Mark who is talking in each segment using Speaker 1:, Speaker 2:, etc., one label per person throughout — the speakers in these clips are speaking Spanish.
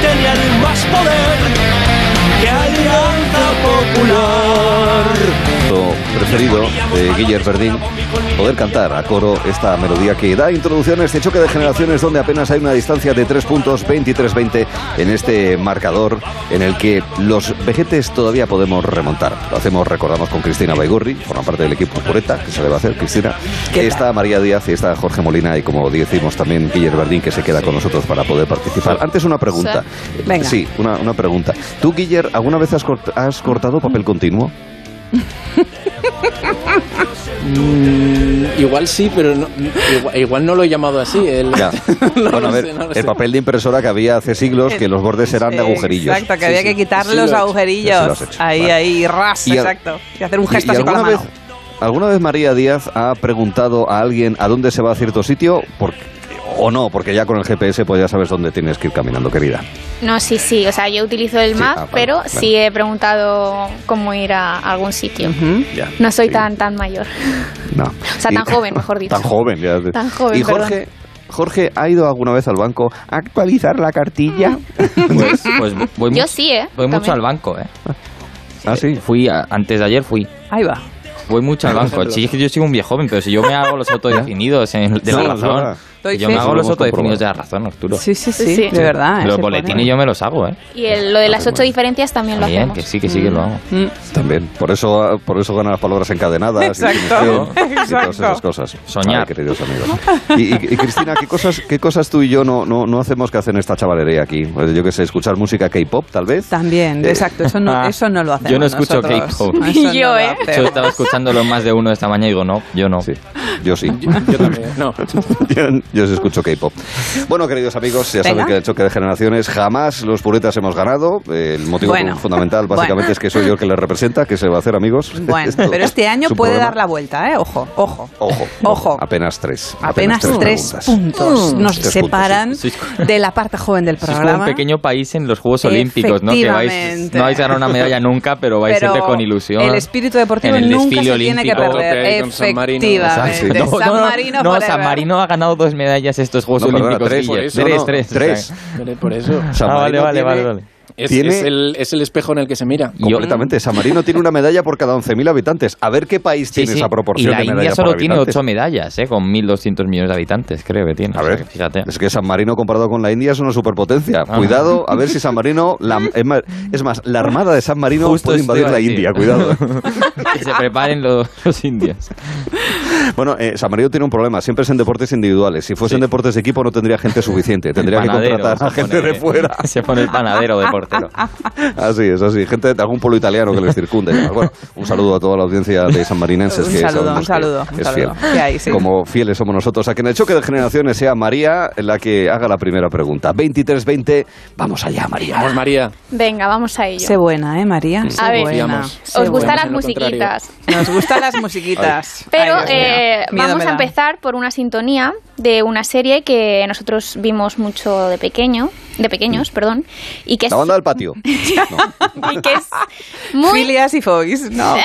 Speaker 1: tenían más poder que Alianza Popular.
Speaker 2: preferido de Guiller Verdín poder cantar a coro esta melodía que da introducción a este choque de generaciones donde apenas hay una distancia de 3 puntos 23-20 en este marcador en el que los vejetes todavía podemos remontar. Lo hacemos, recordamos, con Cristina Baigorri, forma parte del equipo Pureta, que se le va a hacer Cristina. Está María Díaz y está Jorge Molina y como decimos también Guiller Verdín que se queda con nosotros para poder participar. Antes una pregunta.
Speaker 3: Sí. Venga.
Speaker 2: Sí, una, una pregunta. ¿Tú, Guiller, alguna vez has cort- has cortado papel continuo?
Speaker 4: Mm, igual sí, pero no- igual, igual no lo he llamado así. el-
Speaker 2: Ya.
Speaker 4: no
Speaker 2: bueno,
Speaker 4: lo
Speaker 2: a ver,
Speaker 4: sé, no lo
Speaker 2: el
Speaker 4: sé.
Speaker 2: papel de impresora que había hace siglos, que los bordes eran de agujerillos.
Speaker 3: Eh, Exacto, que
Speaker 4: Sí,
Speaker 3: había
Speaker 4: sí.
Speaker 3: que quitar
Speaker 4: Sí, lo he
Speaker 3: los
Speaker 4: hecho.
Speaker 2: Eso lo has
Speaker 3: agujerillos.
Speaker 2: hecho,
Speaker 3: Ahí,
Speaker 2: vale.
Speaker 3: ahí, ras,
Speaker 2: Y al-
Speaker 3: exacto. Y hacer un
Speaker 2: ¿Y-
Speaker 3: gesto
Speaker 2: y
Speaker 3: así con la
Speaker 2: alguna,
Speaker 3: mano.
Speaker 2: vez, alguna vez María Díaz ha preguntado a alguien a dónde se va a cierto sitio? Por- o no, porque ya con el GPS pues ya sabes dónde tienes que ir caminando, querida.
Speaker 5: No, sí, sí. O sea, yo utilizo el
Speaker 2: Sí,
Speaker 5: map,
Speaker 2: ah, vale,
Speaker 5: pero
Speaker 2: vale.
Speaker 5: sí he preguntado cómo ir a algún sitio.
Speaker 3: Ujú.
Speaker 2: Ya,
Speaker 5: No soy
Speaker 2: sí.
Speaker 5: tan tan mayor.
Speaker 2: No.
Speaker 5: O sea, tan joven, mejor dicho.
Speaker 2: Tan joven, ya.
Speaker 5: Tan joven,
Speaker 2: Y Jorge, Jorge ha ido alguna vez al banco a actualizar la cartilla.
Speaker 6: Pues, pues voy, mu-
Speaker 5: Mm. Yo sí, ¿eh?
Speaker 6: voy mucho
Speaker 5: También.
Speaker 6: al banco, ¿eh?
Speaker 2: ah, sí.
Speaker 6: Fui, a- antes de ayer fui.
Speaker 3: Ahí va.
Speaker 6: Voy mucho al banco. Sí, es que yo soy un viejo joven, pero si yo me hago los autodefinidos en- de
Speaker 2: No,
Speaker 6: la
Speaker 2: es verdad.
Speaker 6: razón.
Speaker 3: Doy
Speaker 6: Yo
Speaker 3: fe.
Speaker 6: me hago
Speaker 2: Lo
Speaker 6: los
Speaker 2: hemos
Speaker 6: autodefinidos de la razón, Arturo.
Speaker 3: Sí, sí, sí,
Speaker 5: Sí.
Speaker 3: de verdad. ¿eh?
Speaker 6: Los
Speaker 3: Se
Speaker 6: boletines
Speaker 3: pone.
Speaker 6: yo me los hago, ¿eh?
Speaker 5: Y el- lo de las
Speaker 2: Hace
Speaker 5: ocho diferencias también lo
Speaker 6: Bien,
Speaker 5: hacemos.
Speaker 6: que sí, que sí que lo hago.
Speaker 3: Mm.
Speaker 2: También. Por eso, ah, por eso ganan las palabras encadenadas.
Speaker 3: Exacto,
Speaker 2: indefinición Y
Speaker 3: exacto.
Speaker 2: todas esas cosas.
Speaker 6: Soñar.
Speaker 2: Ay, queridos amigos. Y, y- y, Cristina, ¿qué cosas, ¿qué cosas tú y yo no, no, no hacemos que hacen esta chavalería aquí? Pues, Yo qué sé, escuchar música K-pop, tal vez.
Speaker 3: También,
Speaker 2: Eh,
Speaker 3: exacto. Eso no,
Speaker 6: ah,
Speaker 3: eso no lo hacemos.
Speaker 6: yo no escucho
Speaker 3: nosotros.
Speaker 6: K-pop.
Speaker 3: Eso no
Speaker 5: Yo,
Speaker 3: lo
Speaker 5: ¿eh?
Speaker 3: hacemos.
Speaker 6: Yo estaba escuchándolo más de uno esta mañana y digo, no, yo no.
Speaker 2: Sí. Yo sí.
Speaker 4: Yo también. No.
Speaker 2: Yo, yo sí escucho K-pop. Bueno, queridos amigos, ya
Speaker 3: Venga.
Speaker 2: saben que el choque de generaciones jamás los puretas hemos ganado. Eh, El motivo
Speaker 3: Bueno.
Speaker 2: fundamental, básicamente,
Speaker 3: Bueno.
Speaker 2: es que soy yo el que les representa, que se va a hacer, amigos.
Speaker 3: Bueno,
Speaker 2: Esto
Speaker 3: pero este año
Speaker 2: es un
Speaker 3: puede
Speaker 2: programa-
Speaker 3: dar la vuelta, ¿eh? Ojo, ojo.
Speaker 2: Ojo,
Speaker 3: Ojo.
Speaker 2: Apenas tres.
Speaker 6: Ah.
Speaker 3: Apenas tres
Speaker 2: preguntas.
Speaker 3: puntos nos
Speaker 2: Tres
Speaker 3: separan
Speaker 6: puntos, sí. Sois
Speaker 3: de la parte joven del
Speaker 6: Sois como un
Speaker 3: programa.
Speaker 6: pequeño país en los Juegos Olímpicos, ¿no? Que vais,
Speaker 3: Efectivamente.
Speaker 6: no vais a ganar una medalla nunca, pero vais
Speaker 3: Pero
Speaker 6: a irte con ilusión.
Speaker 3: El espíritu deportivo
Speaker 6: en el
Speaker 3: nunca se
Speaker 6: desfile
Speaker 3: tiene que
Speaker 6: olímpico.
Speaker 3: perder.
Speaker 4: Ok, con San Marino.
Speaker 3: Efectivamente.
Speaker 2: Exacto.
Speaker 3: San Marino
Speaker 6: no,
Speaker 3: forever.
Speaker 6: San Marino ha ganado dos medallas estos Juegos
Speaker 2: No, perdona,
Speaker 6: Olímpicos.
Speaker 2: tres,
Speaker 6: Guille.
Speaker 2: por eso, no,
Speaker 6: tres, tres. o
Speaker 2: tres.
Speaker 6: sea.
Speaker 4: Pero Por eso.
Speaker 2: San
Speaker 6: Ah, vale,
Speaker 2: Marino
Speaker 6: vale, vale,
Speaker 2: tiene-
Speaker 6: vale.
Speaker 4: Es,
Speaker 2: Tiene-
Speaker 4: es el, es el espejo en el que se mira.
Speaker 6: Y yo-
Speaker 2: Completamente. San Marino tiene una medalla por cada 11.000 habitantes. A ver qué país
Speaker 6: Sí,
Speaker 2: tiene
Speaker 6: sí.
Speaker 2: esa
Speaker 6: Y
Speaker 2: proporción
Speaker 6: la
Speaker 2: de medallas
Speaker 6: India solo
Speaker 2: por
Speaker 6: tiene
Speaker 2: habitantes.
Speaker 6: ocho medallas, ¿eh? Con 1.200 millones de habitantes, creo que tiene.
Speaker 2: A
Speaker 6: o sea
Speaker 2: ver,
Speaker 6: que fíjate.
Speaker 2: es que San Marino comparado con la India es una superpotencia.
Speaker 6: Ah.
Speaker 2: Cuidado, a ver si San Marino... la- es, más, es más, la armada de San Marino
Speaker 6: Justo
Speaker 2: puede
Speaker 6: esto
Speaker 2: invadir
Speaker 6: iba a
Speaker 2: la
Speaker 6: decir.
Speaker 2: India, cuidado. ¿eh?
Speaker 6: que se preparen los, los indios.
Speaker 2: Bueno, eh, San Marino tiene un problema. Siempre es en deportes individuales. Si fuesen
Speaker 6: Sí.
Speaker 2: deportes de equipo no tendría gente suficiente. Tendría
Speaker 6: Panadero,
Speaker 2: que contratar a
Speaker 6: se pone-
Speaker 2: gente de fuera.
Speaker 6: Se pone el panadero de portero.
Speaker 2: Así es, así. Gente de algún pueblo italiano que les circunde. y demás. Bueno, un saludo a toda la audiencia de sanmarinenses.
Speaker 3: Un
Speaker 2: que
Speaker 3: saludo,
Speaker 2: sabemos
Speaker 3: un saludo,
Speaker 2: que
Speaker 3: un
Speaker 2: es
Speaker 3: saludo.
Speaker 2: fiel.
Speaker 3: Que ahí sí.
Speaker 2: Como fieles somos nosotros. A que en el choque de generaciones sea María la que haga la primera pregunta. 23-20. Vamos allá, María.
Speaker 4: Vamos, María.
Speaker 5: Venga, vamos a ello.
Speaker 3: Sé buena, ¿eh, María?
Speaker 5: A ver,
Speaker 3: buena.
Speaker 4: Confiamos.
Speaker 3: sé
Speaker 5: Os gustan
Speaker 3: buena.
Speaker 5: las
Speaker 4: en lo contrario.
Speaker 5: musiquitas.
Speaker 3: Nos gustan las musiquitas.
Speaker 5: Pero
Speaker 3: Ay, Dios mío.
Speaker 5: eh,
Speaker 3: Miedo
Speaker 5: vamos
Speaker 3: me
Speaker 5: a
Speaker 3: da.
Speaker 5: empezar por una sintonía de una serie que nosotros vimos mucho de pequeño, de pequeños, perdón, y que es,
Speaker 2: Mm. La banda del patio. No.
Speaker 5: y que es muy,
Speaker 3: Filias y Foys. No.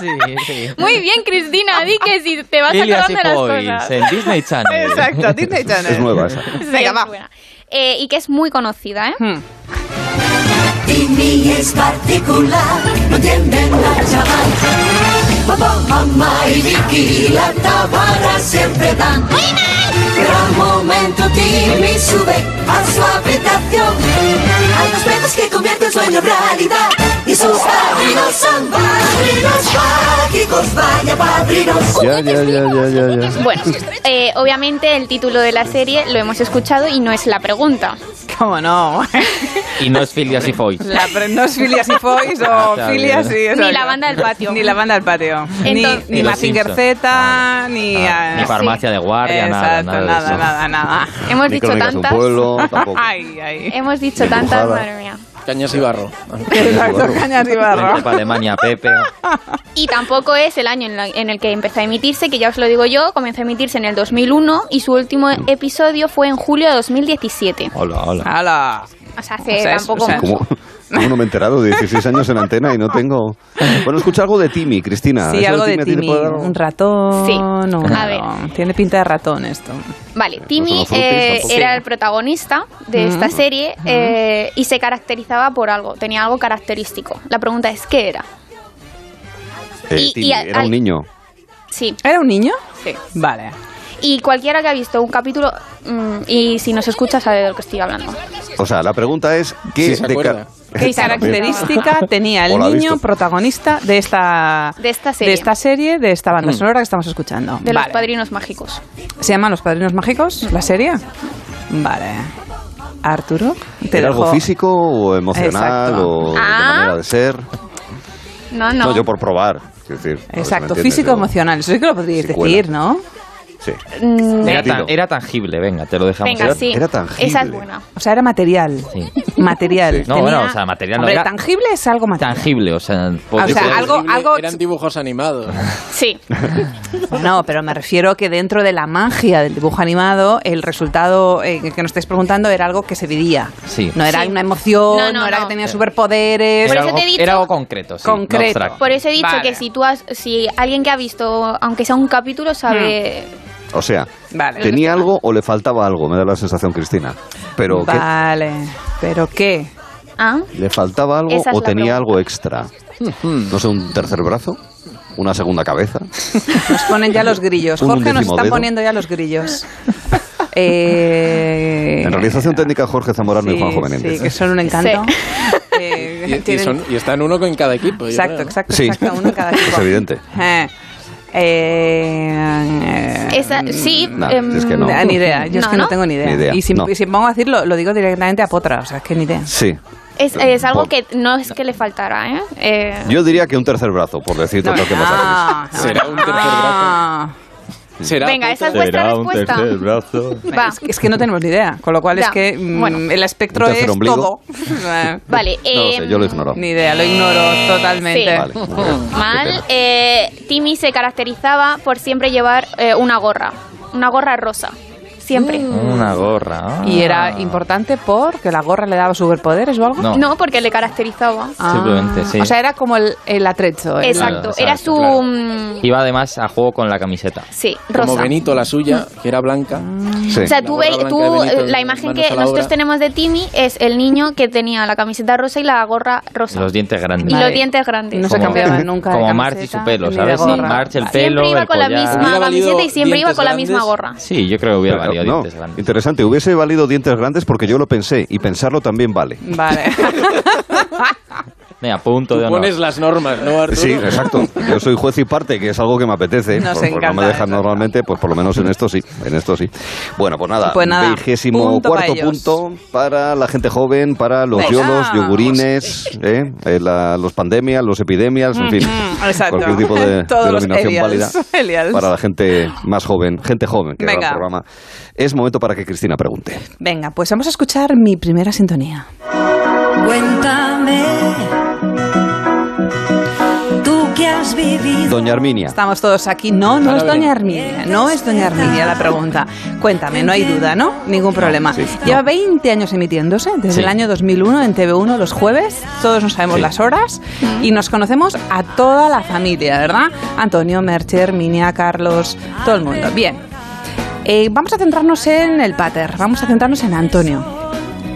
Speaker 6: Sí, sí.
Speaker 5: muy bien, Cristina, di que si te vas
Speaker 6: Ilias y
Speaker 5: acordando de
Speaker 6: Foils
Speaker 5: las cosas.
Speaker 6: en Disney Channel.
Speaker 3: Exacto, Disney Channel.
Speaker 2: Es nueva esa.
Speaker 5: Sí,
Speaker 3: Venga,
Speaker 5: es
Speaker 3: va.
Speaker 5: buena. Eh, y que es muy conocida, ¿eh?
Speaker 3: Hmm.
Speaker 7: Timmy es particular, no entienden al chaval. Papá, mamá y Vicky la tabara siempre dan. Gran momento, Timmy sube a su habitación. Hay dos peces que convierten sueño en realidad. Y sus padrinos son padrinos mágicos, vaya padrinos.
Speaker 2: Ya, ya, ya, ya, ya, ya.
Speaker 5: Bueno, eh, obviamente el título de la serie lo hemos escuchado y no es la pregunta.
Speaker 3: ¿Cómo no?
Speaker 6: Y no es Filias y Foy.
Speaker 3: La pre- no es Filias y Foys
Speaker 8: Oh,
Speaker 3: o
Speaker 6: Está
Speaker 3: Filias y...
Speaker 6: bien.
Speaker 3: exacto.
Speaker 5: la banda del patio.
Speaker 3: Ni la banda del patio. Ni-
Speaker 5: Entonces-
Speaker 3: ni
Speaker 6: Ni
Speaker 3: la
Speaker 6: los Simpson.
Speaker 3: Finger Z, ni...
Speaker 6: Ah,
Speaker 3: eh,
Speaker 6: ni farmacia de guardia, nada,
Speaker 3: Exacto,
Speaker 6: nada, de eso.
Speaker 3: nada, nada.
Speaker 5: Hemos
Speaker 2: Ni
Speaker 5: dicho
Speaker 2: Crónicas de un
Speaker 5: tantas.
Speaker 2: pueblo, tampoco.
Speaker 3: Ay, ay.
Speaker 5: Hemos dicho
Speaker 2: Ni
Speaker 5: tantas,
Speaker 2: Brujada.
Speaker 5: madre mía.
Speaker 4: Cañas y barro.
Speaker 3: Exacto, cañas y
Speaker 6: Vente para
Speaker 3: barro.
Speaker 6: Alemania, Pepe.
Speaker 5: Y tampoco es el año en, la- en el que empezó a emitirse, que ya os lo digo yo, comenzó a emitirse en el 2001 y su último episodio fue en julio de 2017.
Speaker 6: Hola, hola.
Speaker 3: hala
Speaker 5: O sea, hace
Speaker 3: O sea, es-
Speaker 5: tampoco
Speaker 3: o sea,
Speaker 5: mucho.
Speaker 2: ¿Cómo, No, no me he enterado, 16 años en antena y no tengo... Bueno, escucha algo de Timmy, Cristina.
Speaker 3: Sí,
Speaker 2: Ah, ¿Eso
Speaker 3: algo de
Speaker 2: a ti te
Speaker 3: Timmy.
Speaker 2: puede dar algo?
Speaker 3: Un ratón.
Speaker 5: Sí.
Speaker 3: no,
Speaker 5: A
Speaker 3: no. Tiene pinta de ratón esto.
Speaker 5: Vale, Timmy
Speaker 2: los frutis
Speaker 5: eh,
Speaker 2: tampoco.
Speaker 5: era el protagonista de esta serie eh, y se caracterizaba por algo, tenía algo característico. La pregunta es, ¿qué era?
Speaker 2: Eh,
Speaker 5: Y- y
Speaker 2: Timmy,
Speaker 5: al-
Speaker 2: era un
Speaker 5: al-
Speaker 2: niño.
Speaker 5: Sí,
Speaker 3: ¿Era un niño?
Speaker 5: sí.
Speaker 3: Vale.
Speaker 5: Y cualquiera que ha visto un capítulo mm, y si nos escucha sabe de lo que estoy hablando.
Speaker 3: Ah,
Speaker 2: O sea, la pregunta es... ¿Qué
Speaker 4: Sí, se
Speaker 2: de ca-
Speaker 4: acuerda.
Speaker 3: ¿Qué característica tenía
Speaker 2: O
Speaker 3: el
Speaker 2: la ha
Speaker 3: niño
Speaker 2: visto.
Speaker 3: protagonista de esta,
Speaker 5: De esta serie.
Speaker 3: de esta, serie, de esta
Speaker 2: Mm.
Speaker 3: banda sonora que estamos escuchando?
Speaker 5: De
Speaker 3: Vale.
Speaker 5: los Mm. padrinos mágicos.
Speaker 3: ¿Se llama Los Padrinos Mágicos la serie? Vale. Arturo, te
Speaker 2: ¿Era algo
Speaker 3: dejo-
Speaker 2: físico o emocional
Speaker 3: Exacto.
Speaker 2: o de
Speaker 5: Ah.
Speaker 2: manera de ser?
Speaker 5: No,
Speaker 2: No,
Speaker 5: no.
Speaker 2: yo por probar. quiero decir, a ver si me
Speaker 3: Exacto,
Speaker 2: entiendes,
Speaker 3: físico
Speaker 2: yo-
Speaker 3: emocional. Eso sí que lo podríais
Speaker 2: Sí,
Speaker 3: decir,
Speaker 2: cuela.
Speaker 3: ¿no?
Speaker 2: Sí.
Speaker 6: Era,
Speaker 2: Dilo.
Speaker 6: tan- era tangible, venga, te lo
Speaker 5: Mm,
Speaker 6: dejamos.
Speaker 5: Venga,
Speaker 2: era-
Speaker 5: sí.
Speaker 2: era tangible.
Speaker 5: Esa es buena.
Speaker 3: O sea, era material.
Speaker 6: Sí.
Speaker 3: Material.
Speaker 6: No,
Speaker 3: Tenía-
Speaker 6: bueno, o sea, material no
Speaker 3: Hombre,
Speaker 6: era-
Speaker 3: tangible es algo material.
Speaker 6: Tangible, o sea, pues,
Speaker 3: Ah, o
Speaker 6: yo
Speaker 3: sea,
Speaker 6: creo-
Speaker 3: algo- algo-
Speaker 4: Eran dibujos animados.
Speaker 5: Sí.
Speaker 3: No, pero me refiero que dentro de la magia del dibujo animado, el resultado eh, que- que nos estáis preguntando era algo que se vivía.
Speaker 6: Sí.
Speaker 3: No era
Speaker 5: Sí.
Speaker 3: una emoción, no,
Speaker 5: No, no,
Speaker 3: era
Speaker 5: no.
Speaker 3: que tenía superpoderes.
Speaker 5: Por
Speaker 6: era,
Speaker 5: eso
Speaker 6: algo,
Speaker 5: te he dicho-
Speaker 6: era algo concreto, sí, no
Speaker 3: Concreto.
Speaker 6: abstracto.
Speaker 5: Por eso he dicho
Speaker 3: Vale.
Speaker 5: que si tú has, si alguien que ha visto, aunque sea un capítulo, sabe.
Speaker 3: Hmm.
Speaker 2: O sea,
Speaker 3: Vale.
Speaker 2: ¿tenía algo o le faltaba algo? Me da la sensación, Cristina. Pero ¿qué?
Speaker 3: Vale. ¿Pero qué?
Speaker 5: ¿Ah?
Speaker 2: ¿Le faltaba algo
Speaker 5: Esa es
Speaker 2: o
Speaker 5: la
Speaker 2: tenía
Speaker 5: pregunta.
Speaker 2: algo extra? No sé, un tercer brazo, una segunda cabeza.
Speaker 3: Nos ponen ya los grillos.
Speaker 2: Un
Speaker 3: Jorge nos
Speaker 2: undécimo
Speaker 3: está
Speaker 2: dedo.
Speaker 3: poniendo ya los grillos. Eh,
Speaker 2: En realización técnica, Jorge Zamorano y
Speaker 3: sí,
Speaker 2: Juan Jovenéndez.
Speaker 3: sí, que son un encanto.
Speaker 5: Sí.
Speaker 3: Eh,
Speaker 4: Y, y
Speaker 3: tienen-
Speaker 4: son- y están uno en cada equipo. yo
Speaker 3: Exacto,
Speaker 4: creo, ¿no?
Speaker 3: exacto,
Speaker 2: Sí.
Speaker 3: exacto. Uno en cada
Speaker 2: Es
Speaker 3: equipo.
Speaker 2: evidente.
Speaker 3: Eh, eh,
Speaker 5: Esa, sí.
Speaker 2: No,
Speaker 5: em,
Speaker 2: es que no.
Speaker 3: Ni idea, yo es
Speaker 5: No,
Speaker 3: que no,
Speaker 5: ¿no?
Speaker 3: tengo ni idea.
Speaker 2: Ni idea,
Speaker 3: Y si,
Speaker 2: no.
Speaker 3: y si me pongo a decirlo, lo digo directamente a Potra, o sea, es que ni idea.
Speaker 2: Sí.
Speaker 5: Es, es algo
Speaker 2: Por-
Speaker 5: que no es que le faltara, ¿eh? Eh,
Speaker 2: Yo diría que un tercer brazo, por decirte lo que más ha
Speaker 3: Ah,
Speaker 4: feliz. Será un tercer
Speaker 3: ah.
Speaker 4: Será
Speaker 5: Venga, esa es
Speaker 4: puta-
Speaker 5: vuestra respuesta.
Speaker 9: brazo.
Speaker 5: Va.
Speaker 3: Es, que- es que no tenemos ni idea, con lo cual es
Speaker 5: Ya,
Speaker 3: que mm,
Speaker 5: bueno.
Speaker 3: el espectro
Speaker 2: Un tercer
Speaker 3: es
Speaker 2: ombligo.
Speaker 3: todo.
Speaker 5: Vale.
Speaker 2: No lo sé,
Speaker 5: em,
Speaker 2: yo lo ignoro.
Speaker 3: ni idea, lo ignoro totalmente.
Speaker 5: Sí.
Speaker 2: Vale. muy bien.
Speaker 5: Mal. eh, Timmy se caracterizaba por siempre llevar eh, una gorra. Una gorra rosa.
Speaker 6: Mm.
Speaker 5: Siempre.
Speaker 6: Una gorra. ah.
Speaker 3: Y era importante porque la gorra le daba superpoderes o algo.
Speaker 6: No.
Speaker 5: No, porque le caracterizaba.
Speaker 3: Ah,
Speaker 6: Simplemente, sí.
Speaker 3: O sea, era como el, el atrecho. el-
Speaker 2: Ah,
Speaker 5: Exacto.
Speaker 6: Claro,
Speaker 5: Era
Speaker 6: exacto,
Speaker 5: su.
Speaker 6: claro.
Speaker 5: mm,
Speaker 6: Iba además a juego con la camiseta.
Speaker 5: Sí,
Speaker 4: Como
Speaker 5: rosa.
Speaker 4: Benito, la suya, que era blanca.
Speaker 2: Sí.
Speaker 5: O sea,
Speaker 4: La
Speaker 5: tú,
Speaker 4: gorra
Speaker 5: ve-
Speaker 4: blanca
Speaker 5: tú,
Speaker 4: de
Speaker 5: eh,
Speaker 4: Benito,
Speaker 5: la
Speaker 4: manos
Speaker 5: imagen
Speaker 4: a
Speaker 5: que
Speaker 4: la
Speaker 5: nosotros
Speaker 4: obra.
Speaker 5: tenemos de Timmy es el niño que tenía la camiseta rosa y la gorra rosa.
Speaker 6: Los dientes grandes.
Speaker 5: Y
Speaker 3: Vale.
Speaker 5: los dientes grandes.
Speaker 3: No se
Speaker 6: Como-
Speaker 3: cambiaba nunca de
Speaker 6: Como
Speaker 3: camiseta
Speaker 6: March y su pelo,
Speaker 3: ni de
Speaker 6: ¿sabes? Sí,
Speaker 3: gorra.
Speaker 6: March, el
Speaker 3: Vale.
Speaker 6: pelo,
Speaker 5: Siempre iba
Speaker 6: el
Speaker 5: con la
Speaker 6: collar.
Speaker 5: misma
Speaker 4: Hubiera valido
Speaker 5: camiseta y siempre iba
Speaker 4: dientes
Speaker 5: con la
Speaker 4: grandes.
Speaker 5: misma gorra.
Speaker 6: Sí, yo creo que hubiera
Speaker 2: Pero,
Speaker 6: valido
Speaker 2: no,
Speaker 6: dientes grandes.
Speaker 2: interesante, hubiese valido dientes grandes porque yo lo pensé y pensarlo también vale.
Speaker 3: Vale.
Speaker 6: Venga, punto
Speaker 4: Tú
Speaker 6: de honor.
Speaker 4: pones las normas, ¿no, Arturo?
Speaker 2: Sí, exacto. Yo soy juez y parte, que es algo que me apetece.
Speaker 3: Nos
Speaker 2: Por- por- no
Speaker 3: encanta
Speaker 2: me dejan
Speaker 3: eso.
Speaker 2: normalmente, pues por lo menos en esto sí. En esto sí. Bueno, pues nada.
Speaker 3: Pues nada,
Speaker 2: Vigésimo
Speaker 3: punto
Speaker 2: cuarto
Speaker 3: para ellos.
Speaker 2: punto para la gente joven, para los
Speaker 3: Venga.
Speaker 2: yolos, yogurines, ¿eh? Eh, la- los pandemias, los epidemias, en fin.
Speaker 3: Ujú, Mm-hmm, exacto.
Speaker 2: Cualquier tipo de
Speaker 3: Todos los
Speaker 2: denominación
Speaker 3: Elias,
Speaker 2: válida
Speaker 3: Elias.
Speaker 2: para la gente más joven, gente joven que va al
Speaker 3: Venga.
Speaker 2: programa. Es momento para que Cristina pregunte.
Speaker 3: Venga, pues vamos a escuchar mi primera sintonía.
Speaker 10: Cuéntame, tú que has vivido.
Speaker 2: Doña Arminia.
Speaker 3: Estamos todos aquí. No, no
Speaker 4: Ahora
Speaker 3: es Doña
Speaker 4: veremos.
Speaker 3: Herminia, no es Doña Herminia la pregunta. Cuéntame, no hay duda, ¿no? Ningún problema.
Speaker 2: sí,
Speaker 3: Lleva 20 años emitiéndose, desde
Speaker 6: Sí.
Speaker 3: el año 2001 en TV1 los jueves, todos nos sabemos
Speaker 6: Sí.
Speaker 3: las horas y nos conocemos a toda la familia, ¿verdad? Antonio, Merche, Herminia, Carlos, todo el mundo. Bien. Eh, vamos a centrarnos en el pater, vamos a centrarnos en Antonio.